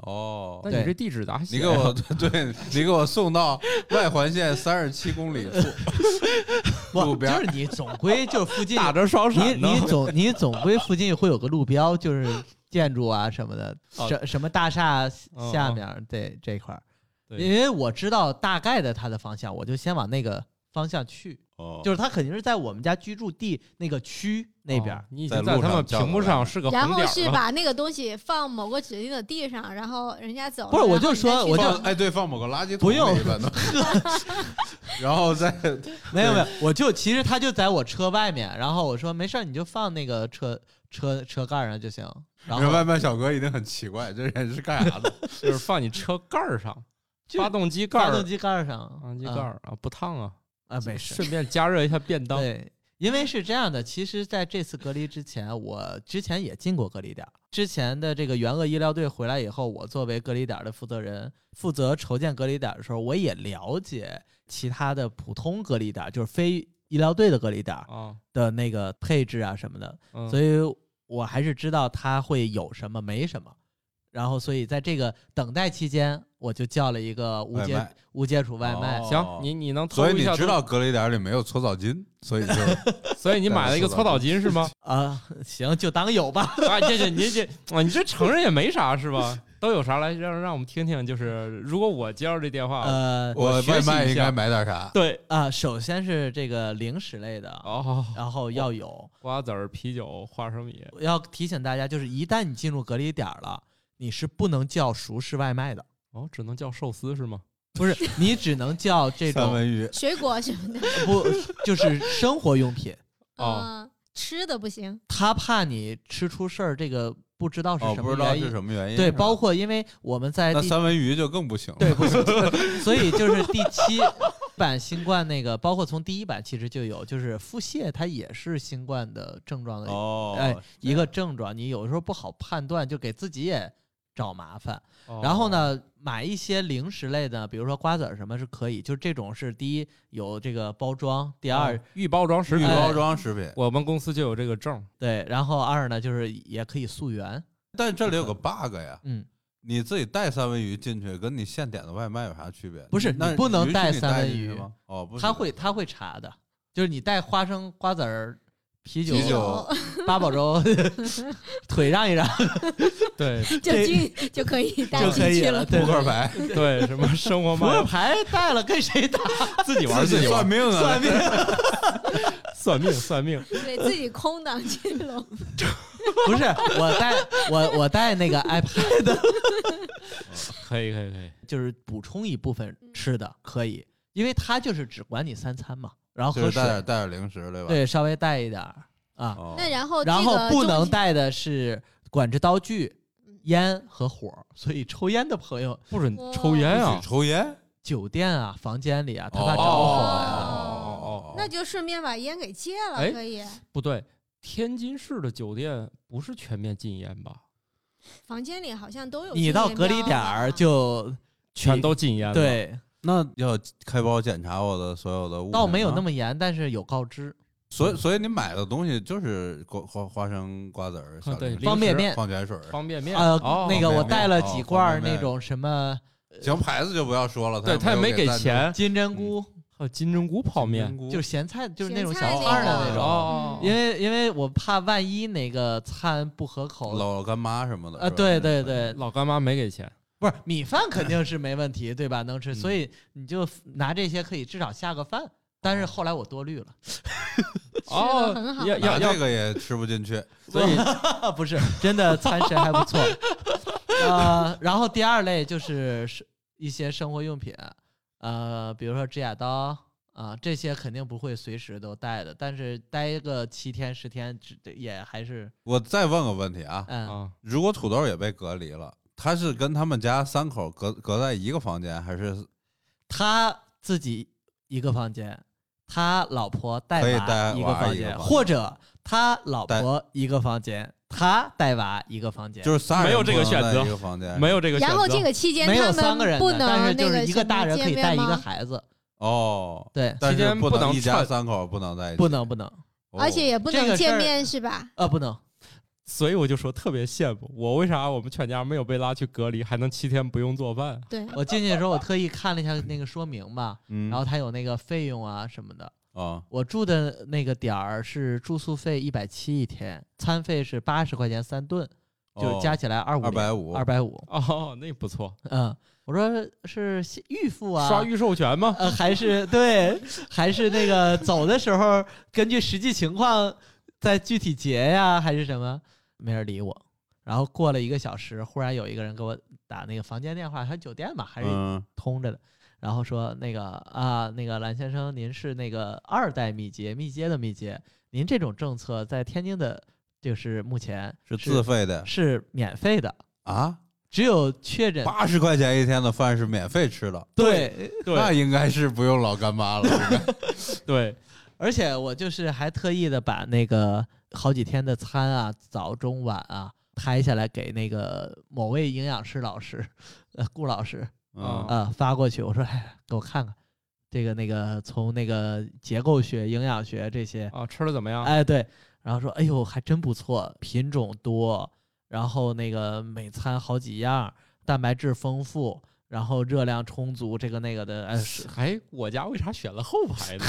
A: 哦，
B: 但你
C: 对
B: 这地址咋写
A: 你
B: 呀？
A: 给我对，你给我送到外环线三十七公里 处，
C: 不
A: 路边
C: 就
A: 儿
C: 是你总归就是附 近，
B: 打着双
C: 你
B: 闪呢？
C: 你总你总归附近会有个路标，就是建筑啊什么的，
B: 哦
C: 什什么大厦
B: 哦
C: 下
B: 哦
C: 面儿对这一块儿，
B: 对
C: 因为我知道大概的它的方向，我就先往那个方向去，
A: 哦
C: 就是它肯定是在我们家居住地那个区那边
B: 哦
C: 儿。
B: 你已
A: 在
B: 经在
A: 路
B: 他
A: 上
B: 们
A: 叫
B: 屏
A: 的
B: 幕
A: 外
B: 上
A: 卖
B: 是个
E: 然
B: 红
E: 后
B: 点
E: 是
B: 儿了。
E: 把那个东西放某个指定的地上，然后人家走了。
C: 不是我
E: 然后
C: 就
E: 你再
C: 说
E: 去
C: 我
A: 放
C: 就
A: 哎，对，放某个垃圾桶
C: 不用
A: 里 吧，能然后再
C: 没有没有，我就其实他就在我车外面，然后我说没事儿，你就放那个车车车盖上就行。然
A: 你说
C: 后
A: 外卖小哥一定很奇怪，这人是干啥的？
B: 就是放你车盖儿上，
C: 就
B: 发动机盖
C: 发
B: 儿，
C: 动机盖上，
B: 发动机
C: 啊
B: 盖儿啊，不烫啊，
C: 啊，没事。
B: 顺便加热一下便当。
C: 对，因为是这样的，其实在这次隔离之前，我之前也进过隔离点儿。之前的这个援鄂医疗队回来以后，我作为隔离点儿的负责人，负责筹建隔离点儿的时候，我也了解其他的普通隔离点儿，就是非医疗队的隔离点儿
B: 啊，
C: 的那个配置啊什么的。
B: 嗯
C: 所以我还是知道他会有什么没什么。然后，所以在这个等待期间，我就叫了一个无
A: 外
C: 接
A: 卖
C: 无接触外卖。
A: 哦
B: 行，你你能透
A: 所以
B: 露一
A: 你
B: 下
A: 知
B: 东
A: 道隔离点里没有搓澡巾，所 以就
B: 西，所以你买了一个搓澡巾是吗？
C: 啊，
A: 哦
C: 行，就当有吧。
B: 啊，这这你这啊，你这承认也没啥是吧？都有啥来让让我们听听？就是如果我接到这电话，
C: 呃
A: 我
B: 学
A: 外
B: 习
A: 卖
B: 一
A: 应
B: 下
A: 该买点啥？
B: 对
C: 啊，首先是这个零食类的，
B: 哦，
C: 然后要有。
B: 瓜子儿、啤酒、花生米，
C: 我要提醒大家，就是一旦你进入隔离点儿了，你是不能叫熟食外卖的，
B: 哦，只能叫寿司是吗？
C: 不是，你只 能叫这
A: 三
C: 种
A: 文鱼
E: 水果什么的，
C: 不就是生活用品。
B: 哦
E: 嗯，吃的不行。
C: 他怕你吃出事儿，这个不知道是
A: 哦，
C: 什
A: 不
C: 么
A: 知道
C: 原因
A: 是。什么原因。
C: 对，
A: 是吧
C: 包括因为我们在
A: 那
C: 第，
A: 三文鱼就更不行了。
C: 对，不是 所以就是第七版新冠那个，包括从第一版其实就有，就是腹泻，它也是新冠的症状的
A: 哦，
C: 哎
A: 这样
C: 一个症状，你有时候不好判断，就给自己也找麻烦。
B: 哦
C: 然后？呢，买一些零食类的，比如说瓜子儿什么是可以，就是这种是第一有这个包装，第二、
B: 哦预包装食
A: 预
B: 品，
C: 哎
A: 包装食品，
B: 我们公司就有这个证儿。
C: 对，然后二呢就是也可以溯源，
A: 但这里有个 bug 呀，
C: 嗯，
A: 你自己带三文鱼进去，跟你现点的外卖有啥区别？
C: 不是
A: 那
C: 你不能
A: 允许
C: 带
A: 你
C: 三文
A: 进去
C: 鱼
A: 吗？哦，不
C: 他
A: 行
C: 会他会查的，就是你带花生、瓜子儿、啤酒、
A: 啤酒
C: 八宝 粥，腿让一让
B: 对
E: 就进就可以带
C: 就可
E: 进
C: 以
E: 去
C: 了，
E: 了。
C: 对
A: 扑克。牌，
B: 对，什么生活
C: 扑克
B: 漫
C: 牌带 了跟谁打？
B: 自己玩儿
A: 自己
B: 己玩
A: 算
B: 儿，
A: 命啊，
C: 算命。
B: 算命算命，
E: 对自己空档进笼，
B: 哦
C: 不是我带我我带那个 iPad，
B: 可以可以可以。
C: 就是补充一部分
E: 嗯
C: 吃的可以，因为他就是只管你三餐嘛，然后
A: 就
C: 喝
A: 是带点
C: 水，
A: 带点零食，对吧？
C: 对，稍微带一点儿啊，
A: 哦。
E: 那然后这
C: 然后
E: 个嗯
C: 不
E: 中
C: 能
E: 间
C: 带的是管制刀具、烟和火，所以抽烟的朋友。
B: 不准
E: 哇
B: 抽烟
A: 不
B: 啊
A: 许！抽烟，
C: 酒店啊、房间里哎啊，他
A: 哦
C: 怕着火呀、
E: 哦
B: 哦哦
E: 那就顺便把烟给戒了，
B: 哎
E: 可以。
B: 不对，天津市的酒店不是全面禁烟吧？
E: 房间里好像都有。
C: 你到隔离点儿。就
B: 全都禁
E: 啊
B: 烟了。，
C: 对，
A: 那要开包检查我的所有的物品吗，
C: 倒没有那么严，但是有告知
A: 所以，所以你买的东西就是瓜花花生、瓜子儿、
B: 啊
A: 小
B: 对
A: 零食
B: 零食
C: 方便面。
A: 矿泉水儿。
B: 方便面
C: 呃
B: 哦，
C: 那个我
A: 方便面
C: 带了
A: 哦
C: 几
A: 方
C: 罐儿
A: 便
C: 那
A: 面
C: 种什么
A: 行，牌子就不要说了，
B: 对他
A: 他
B: 也没
A: 没
B: 给钱，
C: 金针菇，
B: 还有金针菇泡面，
A: 嗯
C: 就是是咸菜，就是那
E: 咸
C: 种小
E: 菜
C: 摊儿的
E: 那
C: 那
E: 个
C: 种。
B: 哦，
C: 因为因为我怕万一哪个餐不合口，
A: 老干妈什么的
C: 啊，对对，对，
B: 哦老干妈没给钱，
C: 不是米饭肯定是没问题，对吧？能吃，
A: 嗯
C: 所以你就拿这些可以至少下个饭。但是后来我多虑了，
B: 哦
E: 很好，
B: 要要
A: 要
B: 要
A: 这，个也吃不进去，
B: 所以
C: 不是 真的餐食还不错。呃，然后第二类就是是一些生活用品，呃，比如说指甲刀啊、这些肯定不会随时都带的，但是待个七天十天只也还是
A: 我再问个问题啊，
C: 嗯，
B: 啊，
A: 如果土豆也被隔离了，他是跟他们家三口隔隔在一个房间，还是
C: 他自己一个房间，他老婆带
A: 可以
C: 娃
A: 带
C: 一个
A: 娃
C: 房
A: 一个
C: 间，
A: 房间
C: 或者他老婆一个房间，他带娃一个房间，
A: 就是仨人
B: 没有这个选择
A: 不能在一个房间？
B: 没有这个选
E: 然
B: 择。
E: 后这个期间
C: 没有
E: 他
C: 三个
E: 们
C: 人
E: 不
C: 的，但
E: 能
C: 是
E: 那
C: 就是一
E: 什么
C: 个大人可以
E: 见
C: 带一
E: 面
C: 个
E: 吗？
C: 孩子，
A: 哦，
C: 对，
A: 但
B: 期
A: 是
B: 间
A: 不
B: 不能
A: 一家
B: 串
A: 三口不能在一起，
C: 不能不能，
A: 哦，
E: 而且也不
C: 这个
E: 能
C: 事
E: 见
C: 儿
E: 面是吧？
C: 呃，不能，
B: 所以我就说特别羡慕我，为啥我们全家没有被拉去隔离，还能七天不用做饭？
E: 对，
C: 我进去的时候我特意看了一下那个说明嘛，
A: 嗯，
C: 然后它有那个费用啊什么的。
A: 啊，
C: 我住的那个点儿是住宿费一百七一天，餐费是八十块钱三顿，就是加起来二五
A: 哦二百五
C: 二百五。
B: 哦，那不错，
C: 嗯，我说是先预付啊，
B: 刷预授权吗？
C: 呃，还是对，还是那个走的时候根据实际情况再具体结呀，还是什么？没人理我。然后过了一个小时，忽然有一个人给我打那个房间电话，他酒店嘛，还是
A: 嗯，
C: 通着的。然后说那个啊，那个蓝先生，您是那个二代密接，密接的密接，您这种政策在天津的，就是目前
A: 是自费的
C: 是免费的，
A: 啊，
C: 只有确诊
A: 八十块钱一天的饭是免费吃的，
C: 对，
A: 那
B: 对
A: 应该是不用老干妈 了，应该
B: 对，
C: 而且我就是还特意的把那个好几天的餐啊，早中晚啊拍下来给那个某位营养师老师，呃，顾老师
A: 嗯
B: 啊
C: 呃发过去，我说哎，给我看看这个那个从那个结构学、营养学这些，
B: 啊，吃的怎么样？
C: 哎对，然后说哎呦还真不错，品种多，然后那个每餐好几样，蛋白质丰富。然后热量充足，这个那个的，哎，是
B: 哎，我家为啥选了后排呢？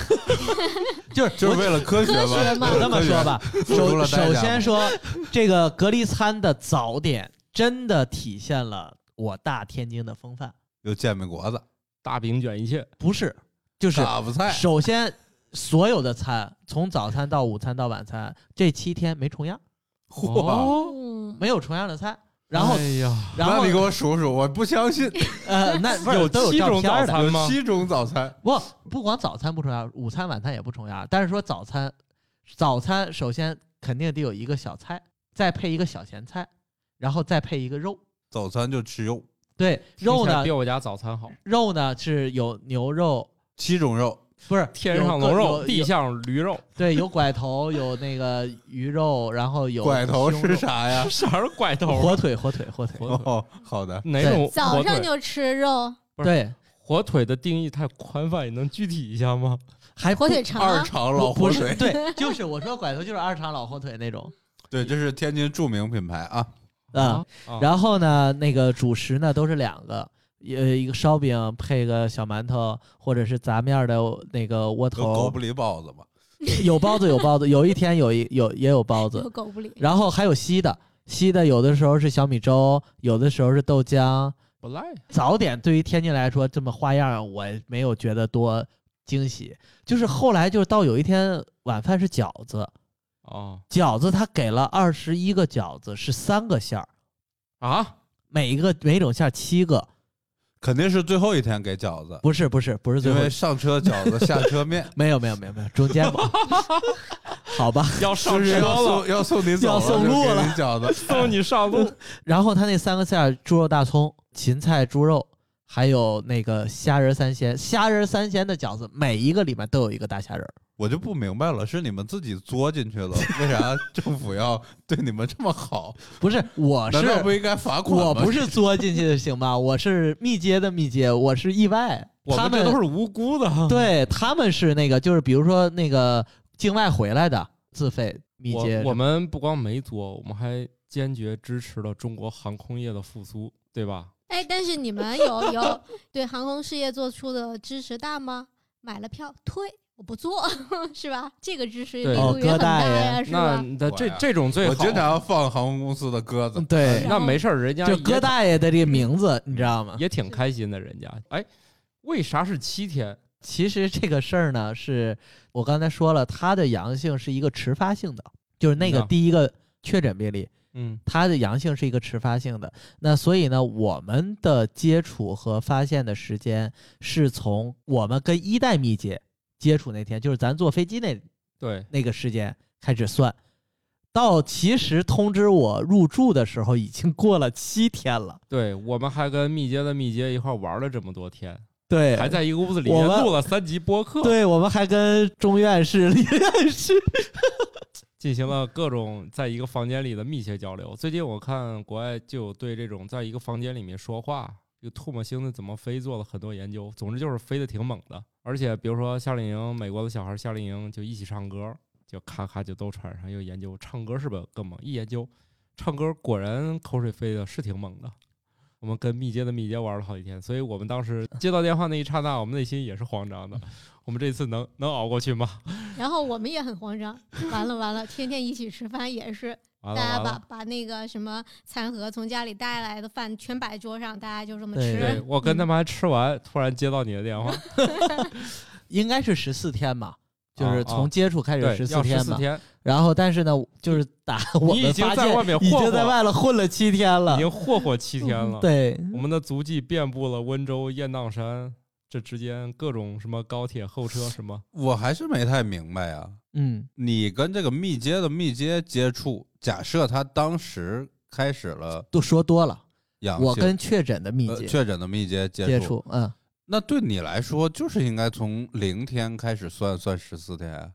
C: 就是
A: 就是为了科学
E: 科学嘛
A: 嘛。
C: 我这么说吧，
A: 付出
C: 首
A: 了代价
C: 首
A: 吗
C: 先说，这个隔离餐的早点真的体现了我大天津的风范，
A: 有煎饼果子、
B: 大饼卷一切，
C: 不是，就是
A: 大白菜，
C: 首先所有的餐，从早餐到午餐到晚餐，这七天没重样，
A: 嚯！
E: 嗯，
C: 没有重样的菜。然后
B: 哎，呀，
C: 哦然后
A: 那你给我数数，我不相信
C: 呃，那 不是
B: 有
C: 都有
B: 七
C: 照
B: 种
C: 片
B: 早
C: 的
B: 餐
A: 有
B: 吗
A: 七种早餐，
C: 不不光早餐不重样，午餐晚餐也不重样。但是说早餐，早餐首先肯定得有一个小菜，再配一个小咸菜，然后再配一个肉。
A: 早餐就吃肉，
C: 对，
B: 听
C: 肉
B: 起来
C: 呢
B: 比我家早餐好。
C: 肉呢是有牛肉，
A: 七种肉，
C: 不是
B: 天
C: 有
B: 上龙
C: 各
B: 肉，
C: 有
B: 地
C: 有
B: 上驴肉，
C: 对，有拐头，有那个鱼肉，然后有
A: 拐头
C: 胸
A: 是
C: 肉？
A: 啥呀？
B: 啥时候 拐头？
C: 哎火腿，火腿，火腿。
B: 火腿
A: 哦，好
C: 啊
A: 的，
B: 哪种
E: 早
B: 火
E: 上
B: 腿？
E: 就吃肉，
B: 不是
C: 对，
B: 火腿的定义太宽泛，你能具体一下吗？
C: 还
E: 火
C: 不
E: 腿肠
A: 二
E: 啊，
A: 厂
C: 不
A: 老火
C: 不是
A: 腿，
C: 对，就是我说拐头就是二厂老火腿那种
A: 对，这是天津著名品牌啊。
C: 啊。
B: 啊，
C: 然后呢，那个主食呢都是两个。呃，一个烧饼配个小馒头，或者是杂面儿的那个窝
A: 有狗
C: 头
A: 不，理包子嘛，
C: 有包子，有包子。有一天有一有也有包子
E: 有，狗不理。
C: 然后还有稀的，稀的有的时候是小米粥，有的时候是豆浆，
B: 不赖，
C: 早点对于天津来说这么花样，我没有觉得多惊喜。就是后来就是到有一天晚饭是饺子，
B: 哦
C: 饺子他给了二十一个饺子，是三个馅儿，
B: 啊，
C: 每一个每一种馅儿七个，
A: 肯定是最后一天给饺子，
C: 不是不是不是最
A: 因
C: 后，
A: 为上车饺子，下车面
C: 没有没有没有没有中间吧， 好吧。
B: 要上
A: 就
B: 车
A: 是要
B: 了，
A: 送要送你走
C: 要送路
A: 就给
C: 了
A: 你饺 子，
B: 送你上路。
C: 然后他那三个馅儿：猪肉大葱、芹菜猪肉，还有那个虾仁儿三鲜。虾仁儿三鲜的饺子，每一个里面都有一个大虾仁儿，
A: 我就不明白了，是你们自己作进去了，为啥政府要对你们这么好？
C: 不是，我啊是
A: 难道不应该罚款吗？
C: 我不是作进去的，行吧？我是密接的密接，我是意外。
B: 我
C: 他
B: 这都是无辜的。，
C: 对他们是那个，就是比如说那个境外回来的自费密
B: 我
C: 接，
B: 我们不光没作，我们还坚决支持了中国航空业的复苏，对吧？
E: 哎，但是你们有有对航空事业做出的支持大吗？买了票退，我不坐， 是吧？这个支持力
B: 对
C: 哦
E: 度也很
C: 鸽大
E: 大
C: 爷
E: 呀，是
B: 那
E: 吧？
B: 那
A: 我
B: 这
A: 呀
B: 这种最好，
A: 我经常放航空公司的鸽子，
C: 对，
B: 那没事儿，人家
C: 就
B: 也
C: 哥大爷的这个名字，你知道吗？
B: 也挺开心的，人家哎，为啥是七天？
C: 其实这个事儿呢，是我刚才说了，它的阳性是一个迟发性的，就是那个
B: 嗯
C: 第一个确诊病例，
B: 嗯，
C: 它的阳性是一个迟发性的。那所以呢，我们的接触和发现的时间是从我们跟一代密接接触那天，就是咱坐飞机那
B: 对，
C: 那个时间开始算，到其实通知我入住的时候已经过了七天了。
B: 对，我们还跟密接的密接一块儿玩了这么多天，
C: 对，
B: 还在一个屋子里
C: 我
B: 面
C: 们
B: 录了三集播客，
C: 对，我们还跟中院士、李院士
B: 进行了各种在一个房间里的密切交流。最近我看国外就有对这种在一个房间里面说话，就唾沫星子怎么飞做了很多研究。总之就是飞得挺猛的，而且比如说夏令营，美国的小孩夏令营就一起唱歌，就咔咔就都传上，又研究唱歌是不是更猛？一研究，唱歌果然口水飞的是挺猛的。我们跟密接的密接玩了好几天，所以我们当时接到电话那一刹那，我们内心也是慌张的。 我们这次能能熬过去吗？
E: 然后我们也很慌张，完了完了，天天一起吃饭也是，
B: 完
E: 大
B: 了完
E: 家
B: 了
E: 把。把那个什么餐盒从家里带来的饭全摆桌上，大家就这么
C: 对
E: 吃。嗯
B: 对我跟他们还吃完，突然接到你的电话，
C: 应该是十四天吧，就是
B: 啊啊
C: 从接触开始
B: 对，
C: 十四
B: 要
C: 天
B: 十四
C: 吧。
B: 天，
C: 然后，但是呢，就是打我
B: 你已
C: 们
B: 经
C: 发
B: 在
C: 现
B: 外面
C: 已
B: 霍
C: 经在
B: 霍
C: 外了混了七天了
B: 已。经霍霍七天了。，
C: 对，
B: 我们的足迹遍布了温州、雁荡山这之间各种什么高铁候车什么，
A: 我还是没太明白啊。
C: 嗯，
A: 你跟这个密接的密接接触，假设他当时开始了
C: 都说多了。
A: 阳性，
C: 我跟确诊的密
A: 啊呃
C: 接
A: 确诊的密接接
C: 接触，嗯，
A: 那对你来说就是应该从零天开始算，算十四天。啊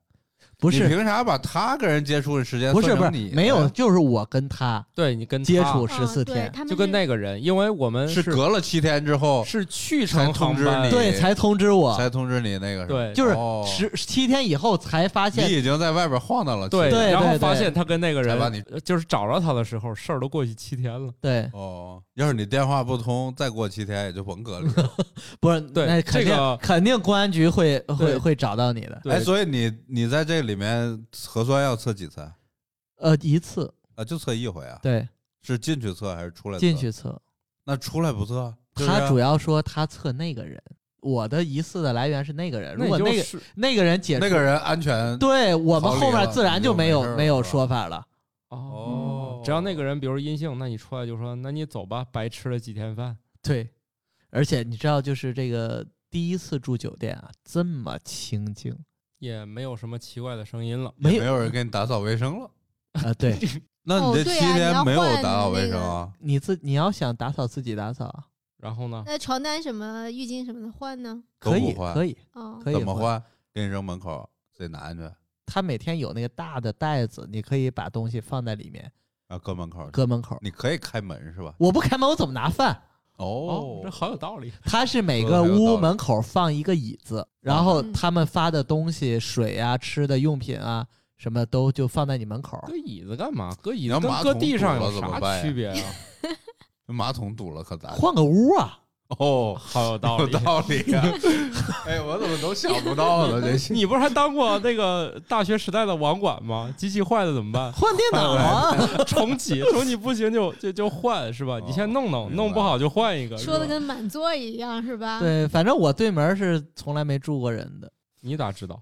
C: 不
A: 你
C: 是，
A: 凭啥把他跟人接触的时间
C: 不是，
A: 算
C: 不
A: 成
C: 是
A: 你，的哎
C: 没有，
A: 呀
C: 就是我跟他
B: 对你跟
C: 接
B: 他
C: 触
E: 嗯
C: 14
E: 对
C: 天
E: 他们
B: 就跟
E: 是
B: 那个人，因为我们
A: 是
B: 是
A: 隔了七天之后
B: 是去程航
A: 才
B: 班，
A: 通知
C: 对才通知我，
A: 哎才通知你那个是吧，
B: 对
C: 就是
A: 哦
C: 十七天以后才发
A: 你
C: 现，
A: 已经在外边晃荡了七
B: 对
A: 天，
C: 对
B: 然后
C: 对
B: 发
C: 对
B: 现他跟那个
A: 才把
B: 人
A: 你，
B: 呃就是找着他的时候，事儿都过去七天了。
C: 对，
A: 哦，要是你电话不通，再过七天也就甭隔离了。
C: 不是，
B: 对
C: 那
B: 这
C: 肯
B: 个
C: 定肯定公安局会
B: 对
C: 会会找到你的，
B: 对
A: 哎，所以你你在这里面核酸要测几次啊？
C: 呃，一次，
A: 啊就测一回啊？
C: 对，
A: 是进去测还是出来？
C: 进。去测，
A: 那出来不测？就是啊
C: 他主要说他测那个人，我的疑似的来源是那个人。如
B: 你
C: 果
B: 就
C: 那个
B: 是
C: 那个人解除
A: 那个，人安全。
C: 对我们
A: 逃离
C: 后面
A: 了
C: 自然
A: 你
C: 就
A: 就
C: 没
A: 没
C: 有
A: 事儿
C: 没
A: 了
C: 有
A: 是吧
C: 说法了。
B: 哦，只要那个人比如阴性，那你出来就说，那你走吧，白吃了几天饭。
C: 对，而且你知道，就是这个第一次住酒店啊，这么清静，
B: 也没有什么奇怪的声音了，
A: 也
C: 没
A: 没有人给你打扫卫生了。
C: 啊？对，
A: 那
E: 哦
A: 你这
E: 对
A: 七
E: 啊你要
A: 天没有
E: 换
A: 打扫卫
E: 那
A: 生
E: 个
A: 啊？
C: 你自你要想打扫自己打扫啊，
B: 然后呢？
E: 那床单什么、浴巾什么的换呢？
A: 都
C: 可
A: 不
C: 以
A: 换
C: 可以
E: 哦，
C: 可以，
A: 怎么？换？给你扔门口，自己拿去，
C: 他每天有那个大的袋子，你可以把东西放在里面，
A: 然后啊搁门口。
C: 搁门口。
A: 你可以开门是吧？
C: 我不开门，我怎么拿饭？
B: 哦
A: 哦，
B: 这好有道理。
C: 它是每
A: 说
C: 个
A: 得很有道
C: 屋
A: 理
C: 门口放一个椅子，然后
E: 嗯
C: 他们发的东西、水啊、吃的用品啊，什么都就放在你门口。
B: 搁椅子干嘛？搁椅
A: 你
B: 子
A: 要
B: 跟
A: 马
B: 搁
A: 桶
B: 地
A: 堵
B: 上
A: 了
B: 有
A: 怎么
B: 啥
A: 办呀
B: 区别啊？
A: 马桶堵了可咋？
C: 换个屋啊，
A: 哦，
B: 好有道
A: 有
B: 理。
A: 道理呀！哎，我怎么都想不到呢？这些
B: 你不是还当过那个大学时代的网管吗？机器坏了怎么办？
C: 换电脑啊，
B: 重启， 重启不行就就就换是吧？你先弄弄，
A: 哦明
B: 弄不
A: 白
B: 好就换一个。
E: 说的
B: 是吧
E: 跟满座一样是吧？
C: 对，反正我对门是从来没住过人的，
B: 你咋知道？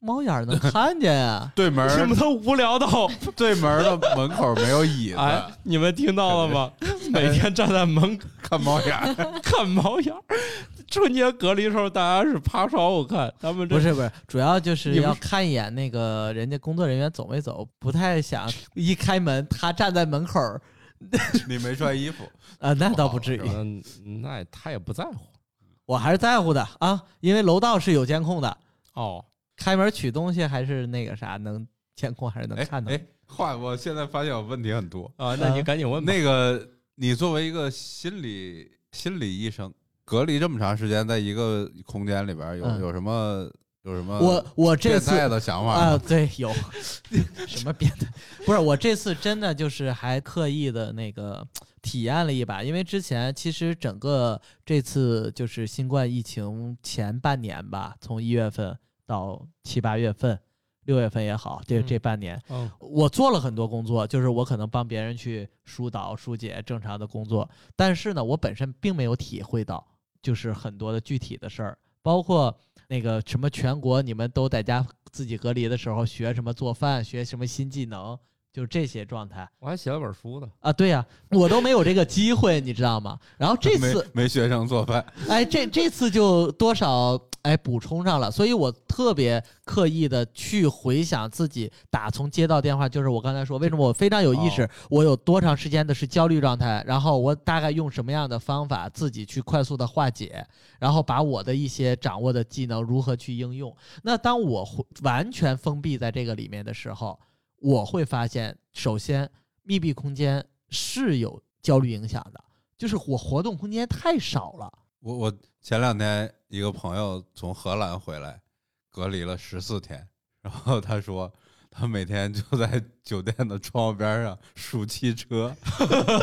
C: 猫眼儿能看见 啊。
A: 对门
B: 你
A: 儿
B: 们都无 聊到
A: 对门儿的门口没有椅
B: 哎
A: 子，，
B: 你们听到了吗？每天站在门口
A: 看猫眼儿。
B: 看猫眼儿。 春节隔离的时候，大家是爬窗户看，他们这
C: 不是不是，主要就是
B: 你们
C: 要看一眼那个人家工作人员走没走，不太想一开门他站在门口儿
A: 你没穿衣服，
C: 啊、那倒不至于，
B: 嗯，那也他也不在乎
C: 我还是在乎的啊，因为楼道是有监控的，
B: 哦。
C: 开门取东西还是那个啥，能监控还是 能
A: 哎
C: 看到。
A: 哎，话我现在发现我问题很多。
B: 啊，那你赶紧问吧。
A: 那个，你作为一个心理心理医生，隔离这么长时间，在一个空间里边儿，有、
C: 嗯
A: 有什么有什么
C: 我我这
A: 变
C: 次
A: 呃态的想法
C: 啊、
A: 吗？
C: 对，有 什么变态？不是，我这次真的就是还刻意的那个体验了一把，因为之前其实整个这次就是新冠疫情前半年吧，从一月份到七八月份、六月份也好，这
B: 嗯
C: 这半年，
B: 嗯
C: 我做了很多工作，就是我可能帮别人去疏导、疏解正常的工作，但是呢，我本身并没有体会到，就是很多的具体的事儿，包括那个什么全国你们都在家自己隔离的时候学什么做饭、学什么新技能，就这些状态
B: 我还写了本书呢。
C: 啊，对呀、我都没有这个机会，你知道吗？然后这次
A: 没没学生做饭，
C: 哎，这这次就多少哎补充上了，所以我特别刻意的去回想自己打从接到电话，就是我刚才说，为什么我非常有意识，我有多长时间的是焦虑状态，然后我大概用什么样的方法自己去快速的化解，然后把我的一些掌握的技能如何去应用。那当我回完全封闭在这个里面的时候，我会发现，首先密闭空间是有焦虑影响的。就是我活动空间太少了，
A: 我我前两天一个朋友从荷兰回来，隔离了十四天， 然后他说他每天就在酒店的窗户边上数汽车，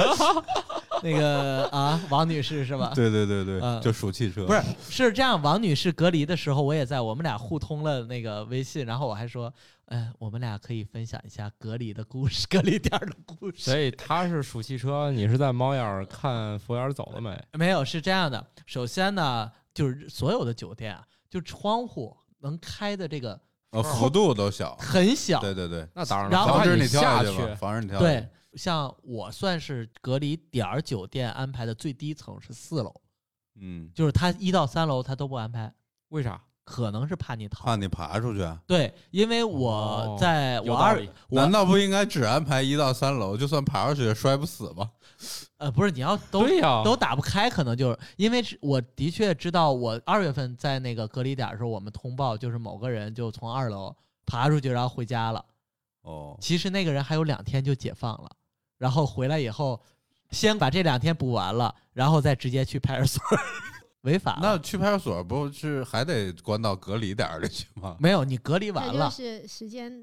C: 那个啊，王女士是吧？
A: 对对对对，
C: 嗯
A: 就数汽车，
C: 不是，是这样。王女士隔离的时候，我也在，我们俩互通了那个微信，然后我还说，哎，我们俩可以分享一下隔离的故事，隔离点儿的故
B: 所
C: 事。
B: 以他是数汽车，你是在猫眼儿看佛眼儿走了没？
C: 没有，是这样的。首先呢，就是所有的酒店啊，就窗户能开的这个
A: 呃，幅度都小，
C: 很小，
A: 对对对，
B: 那当然了，
C: 然后
A: 防
B: 怕
A: 止你跳
B: 下
A: 下嘛，防止你跳下去
C: 对，像我算是隔离点儿酒店安排的最低层是四楼，
A: 嗯，
C: 就是他一到三楼他都不安排，
B: 为啥？
C: 可能是怕你逃。
A: 怕你爬出去啊。
C: 对，因为
B: 哦
C: 我在
B: 有
C: 我
B: 道
C: 二、
B: 理
C: 我
A: 难道不应该只安排一到三楼？就算爬上去也摔不死吗？
C: 呃，不是，你要都、
B: 对呀、啊
C: 都打不开，可能就是因为是我的确知道，我二月份在那个隔离点儿的时候，我们通报就是某个人就从二楼爬出去，然后回家了。
A: 哦，
C: 其实那个人还有两天就解放了，然后回来以后，先把这两天补完了，然后再直接去派出所， 违法了。
A: 那去派出所不是还得关到隔离点儿里去吗？
C: 没有，你隔离
E: 那
C: 完
E: 就
C: 了，
E: 是时间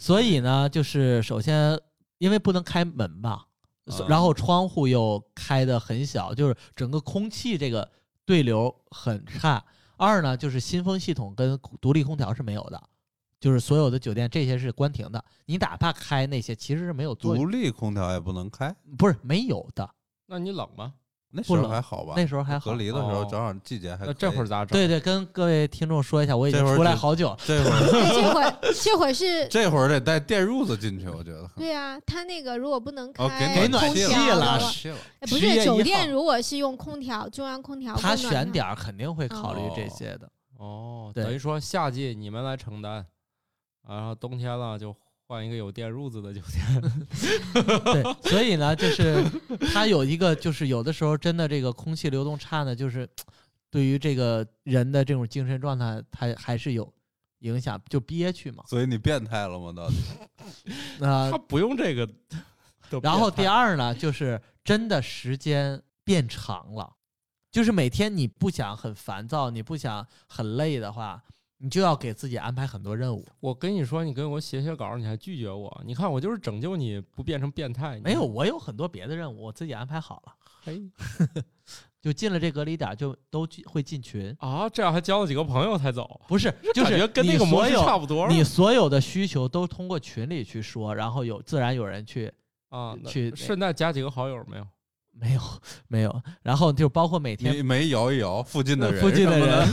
C: 所以呢，就是首先因为不能开门嘛，
A: 啊
C: 然后窗户又开的很小，就是整个空气这个对流很差。二呢，就是新风系统跟独立空调是没有的，就是所有的酒店这些是关停的。你哪怕开那些，其实是没有作 用，
A: 独立空调也不能开，
C: 不是没有的。
B: 那你冷吗？
A: 那时候
C: 冷
A: 还好吧？
C: 那时候还好
A: 隔。离的时候
B: 哦
A: 正好季节还可以。
B: 那这会儿咋整？
C: 对对，跟各位听众说一下，我已经
A: 这会儿
C: 出来
A: 只
C: 好久。
A: 这会 儿，
E: 哎，这会儿这会儿是
A: 这会儿得带电褥子进去，我觉得。
E: 对啊，他那个如果不能
A: 哦，
E: 开
A: 给
C: 暖
E: 空
A: 气
C: 气
E: 调
C: 了
E: 的
A: 暖
E: 话，
A: 气了。啊
E: 哎不
C: 10月
E: 是
C: 1
E: 酒
C: 号
E: 店，如果是用空调，中央空调，
C: 他
E: 温暖啊
C: 选
E: 的
C: 点儿肯定会考虑这
B: 哦
C: 些的。
B: 哦，
C: 对
B: 等于说夏季你们来承担，然后冬天了就换一个有电褥子的酒店。
C: 对，所以呢，就是它有一个，就是有的时候真的这个空气流动差呢，就是对于这个人的这种精神状态，它还是有影响，就憋屈嘛。
A: 所以你变态了吗？到底？
C: 那、
B: 他不用 这个都变态，
C: 呃然后第二呢，就是真的时间变长了，就是每天你不想很烦躁，你不想很累的话，你就要给自己安排很多任务。
B: 我跟你说，你给我写写稿，你还拒绝我，你看我就是拯救你不变成变态。你
C: 没有，，我有很多别的任务，我自己安排好了。
B: 嘿
C: 就进了这隔离点儿，就都进会进群，
B: 啊，这样还交了几个朋友才走，
C: 不是，就是
B: 感觉跟那
C: 你
B: 个模
C: 所
B: 式
C: 有
B: 差不多
C: 你所有的需求都通过群里去说，然后有自然有人去，
B: 啊。那
C: 去
B: 顺带加几个好友没有？
C: 没有没有，然后就包括每天呃
A: 你没摇一摇附近的人？
C: 附近的人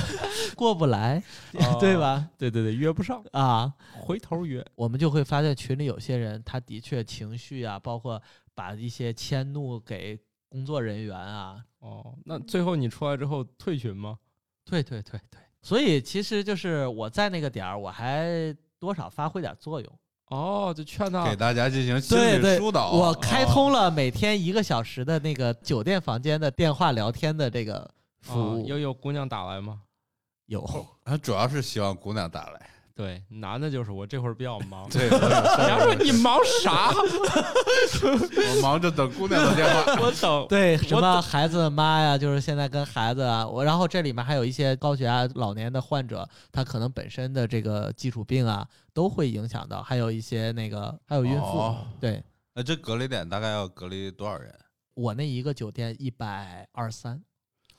C: 过 不来，
A: 哦
C: 对吧？
B: 啊对对对，约不上，
C: 啊，
B: 回头约。
C: 我们就会发现群里有些人他的确情绪啊，包括把一些迁怒给工作人员啊，
B: 哦，那最后你出来之后退群吗？
C: 对对对对，所以其实就是我在那个点儿，我还多少发挥点作用。
B: 哦，就劝他
A: 给大家进行心
C: 对
A: 理
C: 对
A: 疏导。
C: 我开
A: 哦
C: 通了每天一个小时的那个酒店房间的电话聊天的这个服
B: 啊
A: 哦
C: 务，
B: 又有姑娘打来吗？
C: 有，
A: 他主要是希望姑娘打来，
B: 对，男的就是我这会儿比较 忙。
A: 对，我有事儿
B: 然后说你忙啥？
A: 我忙着等姑娘的电 话。
B: 我等。
C: 对，什么孩子的妈呀，就是现在跟孩子啊，我然后这里面还有一些高血压老年的患者，他可能本身的这个基础病啊，都会影响到，还有一些那个还有孕妇，
A: 哦
C: 对
A: 那这隔离点大概要隔离多少人
C: 我那一个酒店一百二三，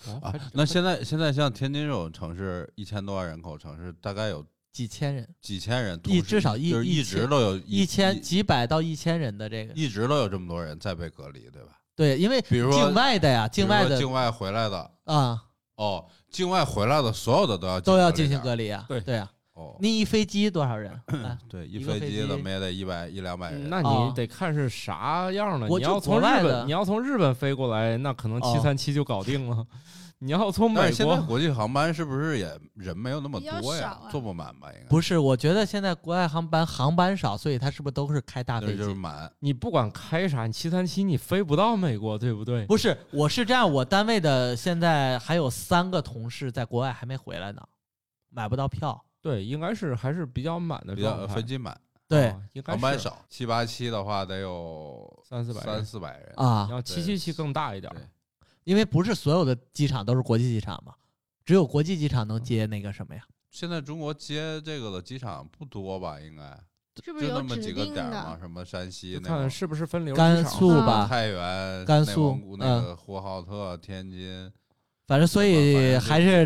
B: 哦
A: 啊？那现在现在像天津这种城市，一千多万人口城市，大概有
C: 几千人，
A: 几千人，同
C: 一
A: 时
C: 至少一
A: 就是
C: 一
A: 一
C: 千
A: 直都有
C: 一千
A: 一
C: 几百到一千人的这个，
A: 一直都有这么多人在被隔离，对吧？
C: 对，因为
A: 比如说
C: 境外的呀，境外
A: 比如
C: 的
A: 说境外回来的，
C: 啊、
A: 哦，境外回来的所有的都要
C: 都要
A: 进
C: 进行
A: 隔离
C: 隔离啊，
B: 对
C: 对啊，
A: 点儿。哦，
C: 那一飞机多 少人？哎
A: 对，
C: 一
A: 一
C: 个
A: 飞
C: 飞
A: 机怎
C: 机
A: 么也得一百一两百人。
B: 那你得看是啥样的。
C: 哦我
B: 你
C: 就
B: 要
C: 国
B: 从日
C: 外的
B: 本，你要从日本飞过来，那可能
C: 哦
B: 七三七就搞定了。 你要从
A: 但
B: 美
A: 是现在
B: 国，
A: 国际航班是不是也人没有那么
E: 比较
A: 多呀？
E: 少啊
A: 坐不满吧？应该
C: 不是，我觉得现在国外航班航班少，所以它是不是都是开大
A: 对，
C: 飞机
A: 就是？满。
B: 你不管开啥，你七三七你飞不到美国，对不对？
C: 不是，我是这样，我单位的现在还有三个同事在国外还没回来呢，买不到票。
B: 对，应该是还是比较满的
A: 比较
B: 状态。
A: 飞机满，
C: 对
B: 哦，应该
A: 航班
B: 是
A: 少，七八七的话得有
B: 三四百人
A: 三四百人。
C: 啊
B: 然，后七七七更大一点儿，
A: 对
C: 因为不是所有的机场都是国际机场嘛，只有国际机场能接那个什么呀？
A: 现在中国接这个的机场不多吧？应该
E: 是不是
A: 就那
E: 有
A: 么
E: 指
A: 几个
E: 定
A: 点儿嘛，
E: 的？
A: 什么山西
B: 就
A: 那种
B: 看是不是
A: 嗯
B: 分流机
C: 甘
B: 场
C: 肃
E: 啊
C: 吧，
A: 太原、
C: 甘
A: 内
C: 肃
A: 蒙古那
C: 嗯
A: 个呼和浩特、天津，
C: 反正所以还是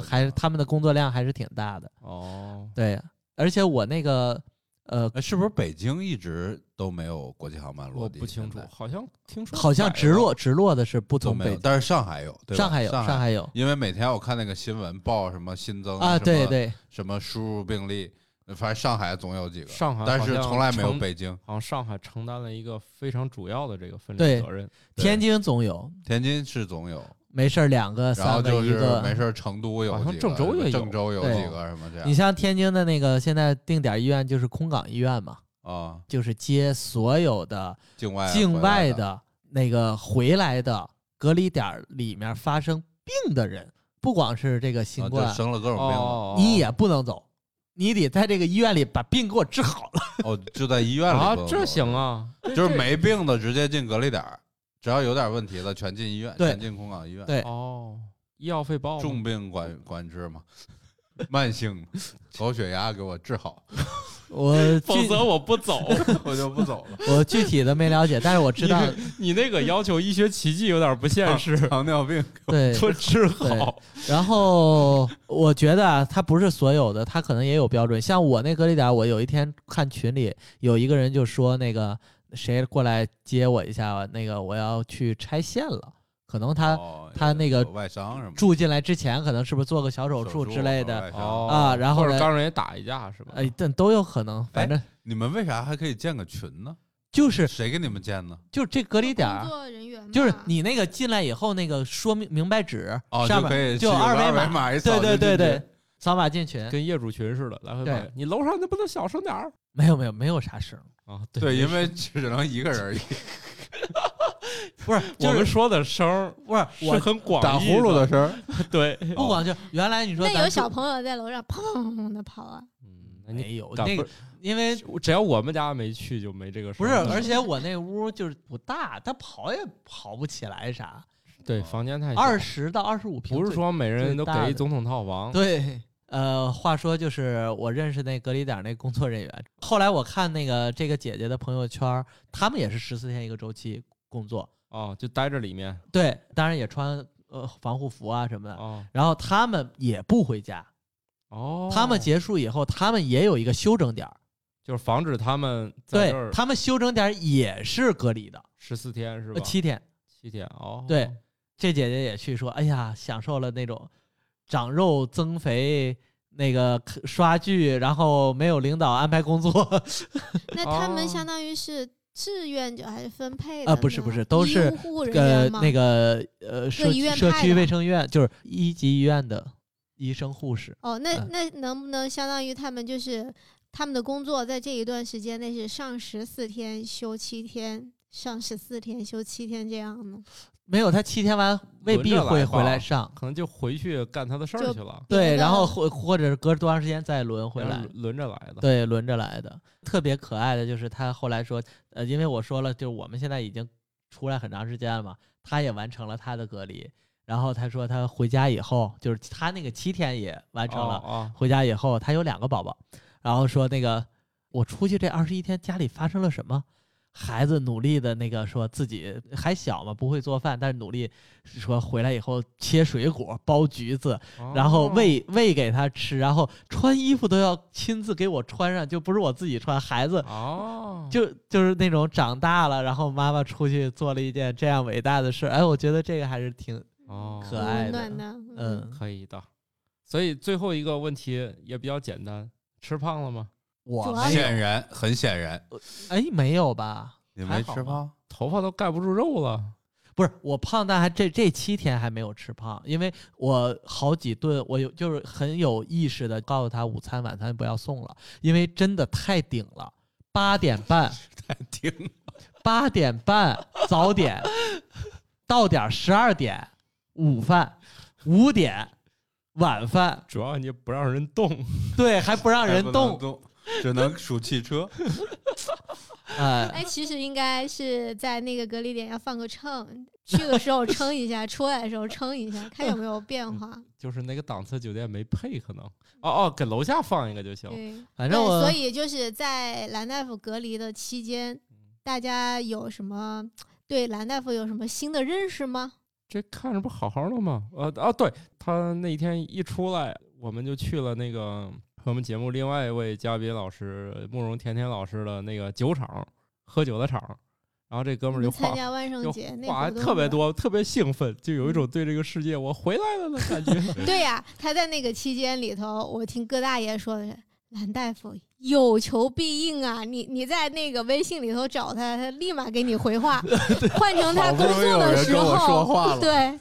A: 反正就是
C: 还是他们的工作量还是挺大的。
B: 哦，
C: 对，而且我那个呃，
A: 哎，是不是北京一直都没有国际航班 落
B: 我
A: 地？
B: 不清楚
A: 现在，
B: 好像听说
C: 好像
B: 改
C: 直
B: 了
C: 落直落的是不
A: 都
C: 从
A: 没
C: 北
A: 有，但是上海有，对吧
C: 上海有
A: 上
C: 上海有
A: 因为每天我看那个新闻报什么新增什
C: 啊，
A: 么
C: 对对，
A: 什么输入病例，反正上海总有几个，
B: 上海
A: 但
B: 好
A: 是
B: 像
A: 从来没有
B: 成
A: 北京、
B: 好像上海承担了一个非常主要的这个分
C: 对
B: 离责任。
A: 对
C: 天津总有，
A: 天津是总有，
C: 没事儿两个
A: 然后
C: 呃三
A: 就
C: 个一
A: 是没
C: 个。
A: 事儿成都有
B: 好
A: 几
B: 像
A: 个，
B: 郑州也有
A: 郑州有
C: 对
A: 几个什么这
C: 你
A: 样
C: 像天津的那个现在定点医院就是空港医院嘛，
A: 啊，
C: 就是接所有的
A: 境外
C: 境
A: 哎回
C: 外
A: 来的
C: 的那个回来的隔离点儿里面发生病的人，不光是这个新
A: 啊
C: 冠
A: 就，生了各种病了，
B: 哦，
C: 你也不能走，你得在这个医院里把病给我治好了。
A: 哦，就在医院里
B: 啊
A: 不能，
B: 这
A: 走
B: 行，啊，
A: 就是没病的直接进隔离点儿，只要有点问题的全进医院，
C: 对
A: 全进空港医院，
C: 对
B: 哦，医药费报吗
A: 重病管管制嘛， 慢性高血压给我治好，
C: 我
B: 否
C: 具
B: 则我不走。
A: 我就不走了。
C: 我具体的没了解，但是我知道，
B: 你那个要求医学奇迹有点不
A: 啊
B: 现实，
A: 糖尿病
C: 对，
B: 说治好
C: 然后我觉得啊，他不是所有的，他可能也有标准。像我那隔离点，我有一天看群里有一个人就说那个谁过来接我一下，那个我要去拆线了，可能他
A: 哦
C: 他那个
A: 有外伤什么的
C: 住进来之前，可能是不是做个小手术
A: 术
C: 之类的，
A: 外伤
B: 哦
C: 啊然后
B: 或者
C: 呢
B: 刚人也打一架是吧？
C: 哎，但都有可能，反正
A: 啊你们为啥还可以建个群呢？
C: 就是
A: 谁给你们建呢？
C: 就是这隔离点儿啊
E: 工。作人员吧
C: 就是你那个进来以后，那个说明明白纸、
A: 哦，
C: 上
A: 可
C: 面
A: 以
C: 就有
A: 去
C: 二
A: 维
C: 维码，
A: 码一扫
C: 对
A: 就
C: 对
A: 进
C: 对
A: 去
C: 对，，扫码进群。
B: 跟业主群似的，来回
C: 哎对
B: 跑。你楼上那不能小声点儿
C: 没有没有没有啥事儿，
B: 啊？
A: 对，因为只能一个人儿一
C: 不是
B: 我
C: 就是
B: 们说的声儿
C: 不是
B: 是
C: 我
B: 很广义
A: 打呼噜的，声儿，
B: 对，
C: 不光就原来你说
E: 那
C: 咱说
E: 有
C: 哦
E: 小朋友在楼上砰的跑啊，
B: 嗯，那你
C: 没有
B: 敢
C: 那
B: 不
C: 个，因为
B: 只要我们家没去就没这个事
C: 不
B: 儿
C: 是，
B: 了。
C: 而且我那屋就是不大，他跑也跑不起来啥，
B: 对房间太小
C: 二十到二十五平，
B: 不是说每人都
C: 最大
B: 给
C: 的
B: 一总统套房，
C: 对。呃，话说就是我认识那隔离点那工作人员，后来我看那个这个姐姐的朋友圈，他们也是十四天一个周期工作，
B: 哦，就待着里面
C: 对，当然也穿呃防护服啊什么的，
B: 哦
C: 然后他们也不回家，
B: 哦，
C: 他们结束以后，他们也有一个休整点儿，
B: 就是防止他们在
C: 对
B: 这儿
C: 他们休整点儿也是隔离的，
B: 十四天是吧
C: 呃？七天，
B: 七天哦，
C: 对，这姐姐也去说，哎呀，享受了那种长肉增肥。那个刷剧，然后没有领导安排工 作
E: 那他
B: 哦
E: 们相当于是志愿者还是分配
C: 啊
E: 的
C: 不是
E: 呢
C: 不是都
E: 医
C: 是
E: 务护人
C: 呃
E: 员，吗？
C: 那个呃，社
E: 医院
C: 社
E: 派
C: 区
E: 的
C: 卫生院就是一级医院的医生护士，
E: 哦，那
C: 嗯
E: 那能不能相当于他们就是他们的工作在这一段时间内是上十四天休七天，上十四天休七天这样呢？
C: 没有，他七天完未必
B: 轮着来
C: 会
B: 吧
C: 回来上。
B: 可能就回去干他的事儿
E: 就
B: 去了，
C: 对，
E: 别的
C: 然后或或者是隔多长时间再轮回
B: 然后
C: 来，
B: 轮轮着来的。
C: 对，轮着来的。特别可爱的就是他后来说，呃，因为我说了，就是我们现在已经出来很长时间了嘛，他也完成了他的隔离。然后他说他回家以后，就是他那个七天也完成了，
B: 啊，
C: 回家以后，他有两个宝宝，然后说那个我出去这二十一天家里发生了什么？孩子努力的那个说自己还小嘛，不会做饭，但是努力说回来以后切水果、剥橘子，
B: 哦
C: 然后喂喂给他吃，然后穿衣服都要亲自给我穿上，就不是我自己穿，孩子
B: 哦，
C: 就就是那种长大了，然后妈妈出去做了一件这样伟大的
B: 嗯
C: 事，哎，我觉得这个还是挺
B: 哦
C: 可爱
E: 温
C: 的
E: 暖的，嗯，
C: 嗯，
B: 可以的。所以最后一个问题也比较简单，吃胖了吗？
C: 我
E: 主要哎
C: 没
E: 是
C: 有，
A: 显然很显然，
C: 哎，没有吧？
A: 你
C: 还
A: 没
C: 好
A: 吃
C: 吧
A: 胖，
B: 头发都盖不住肉了。
C: 不是我胖，但还这这七天还没有吃胖，因为我好几顿，我有就是很有意识的告诉他午餐晚餐不要送了，因为真的太顶了。八点半，
A: 太顶
C: 八点半早点到点十二点午饭，五点晚饭，
B: 主要你不让人动，
C: 对，还不让人动，
A: 动，只能数汽 车。
C: 哎，
E: 哎，其实应该是在那个隔离点要放个秤，去的时候称一下，出来的时候称一下，看有没有变化。
B: 就是那个档次酒店没配，可能。哦哦，给楼下放一个就行。
E: 对，
C: 反
E: 对
C: 正我
E: 所以就是在蓝大夫隔离的期间，大家有什么对蓝大夫有什么新的认识吗？
B: 这看着不好好的吗？呃啊，对他那天一出来，我们就去了那个我们节目另外一位嘉宾老师慕容甜甜老师的那个酒厂喝酒的厂，然后这哥们儿就
E: 你参
B: 话
E: 加万圣
B: 就
E: 节那
B: 话
E: 活动嗯
B: 特别
E: 吗。
B: 多，特别兴奋，就有一种对这个世界我回来了的感觉。
E: 对呀、他在那个期间里头，我听葛大爷说的是，蓝大夫有求必应啊！你你在那个微信里头找他，他立马给你 回话。换成他
A: 好不
E: 工
A: 容易
E: 作
A: 有
E: 的
A: 人
E: 时
A: 跟我说
E: 候，
A: 话了，
E: 对，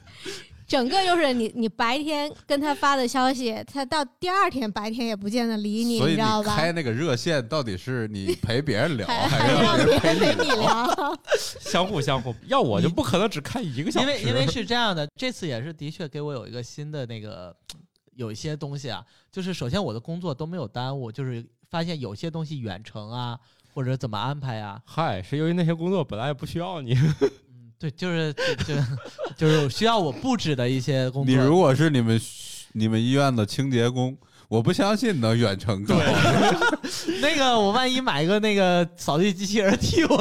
E: 整个就是你你白天跟他发的消息，他到第二天白天也不见得理你，
A: 所以
E: 知道吧？
A: 开那个热线到底是你陪别 人聊，
E: 还
A: 还是
E: 让
A: 让
E: 别
A: 人
E: 人陪
A: 陪
E: 你
A: 你
E: 聊，
B: 相互相互，要我就不可能只看一个小
C: 因
B: 时，
C: 为因为 是这样的，这次也是的确给我有一个新的那个有一些东西啊，就是首先我的工作都没有耽误，就是发现有些东西远程啊或者怎么安排啊，
B: 嗨，是由于那些工作本来也不需要你，
C: 嗯，对，就是就就 就是需要我布置的一些工
A: 你
C: 作。
A: 如果是你们你们医院的清洁工，我不相信能远程搞。
C: 那个我万一买一个那个扫地机器人替我，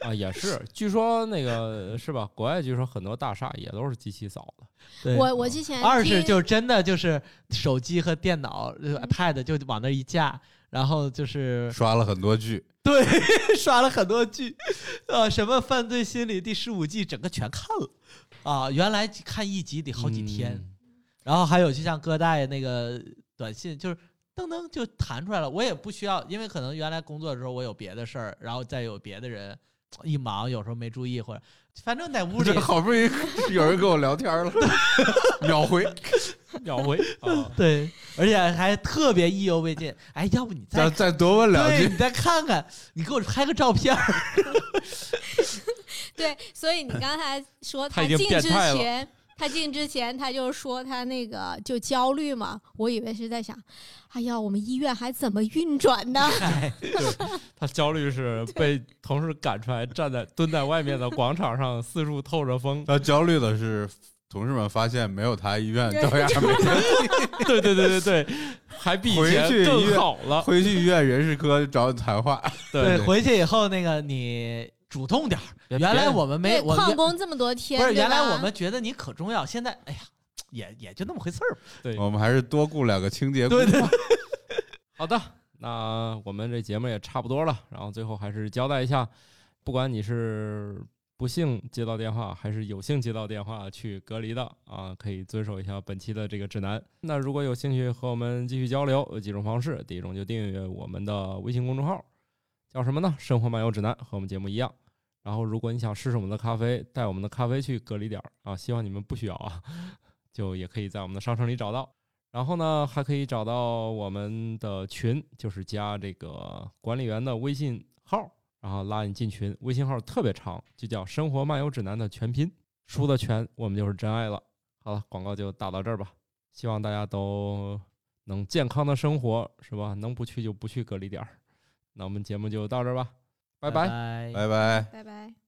B: 啊，也是。据说那个是吧？国外据说很多大厦也都是机器扫的。
C: 对
E: 我我之前
C: 二是
E: 听
C: 就是真的就是手机和电脑、呃 iPad 就往那一架，然后就是
A: 刷了很多剧，
C: 对， 刷了很多剧，呃，什么《犯罪心理》第十五季，整个全看了啊。原来看一集得好几天，然后还有就像哥大爷那个短信，就是噔噔就弹出来了。我也不需要，因为可能原来工作的时候我有别的事儿，然后再有别的人一忙，有时候没注意或者反正在屋 里！
A: 这好不容易 有人跟我聊天了，秒回。
B: 嗯，秒 回啊
C: 对，而且还特别意犹未尽。哎，要不你再
A: 再再多问两
C: 对
A: 句，
C: 你再看看，你给我拍个照片儿。
E: 对，所以你刚才 说
B: 他
E: 他
B: 已
E: 进
B: 经
E: 之
B: 变态了
E: 前，他进之前他就说他那个就焦虑嘛，我以为是在想，哎呀，我们医院还怎么运转呢？
C: 哎
B: 他焦虑是被同事赶出来，站在蹲在外面的广场上，四处透着风。
A: 他焦虑的是同事们发现没有他医院照样没人
B: 对对对对对，还比以
A: 回
B: 前
A: 去医
B: 更
A: 院
B: 好了。
A: 回去医院人事科找你谈话，
C: 对，
B: 对，
C: 回去以后那个你主动点儿。
B: 别
C: 原来
B: 别
C: 我们没
E: 对，
C: 我
E: 旷
C: 原
E: 工这么多天，
C: 不是
E: 对
C: 原来
E: 吧
C: 我们觉得你可重要，现在哎呀，也也就那么回事儿。
B: 对
A: 我们还是多雇两个清洁工。
C: 对，
B: 好的，那我们这节目也差不多了，然后最后还是交代一下，不管你是不幸接到电话，还是有幸接到电话去隔离的啊，可以遵守一下本期的这个指南。那如果有兴趣和我们继续交流，有几种方式，第一种就订阅我们的微信公众号，叫什么呢？生活漫游指南，和我们节目一样。然后，如果你想试试我们的咖啡，带我们的咖啡去隔离点儿啊，希望你们不需要啊， 就也可以在我们的商城里找到。然后呢，还可以找到我们的群，就是加这个管理员的微信号，然后拉你进群。微信号特别长，就叫“生活漫游指南”的全拼。输的全，我们就是真爱了。好了，广告就打到这儿吧。希望大家都能健康的生活，是吧？能不去就不去隔离点儿。那我们节目就到这儿吧，拜
C: 拜。
A: 拜拜。
E: 拜拜。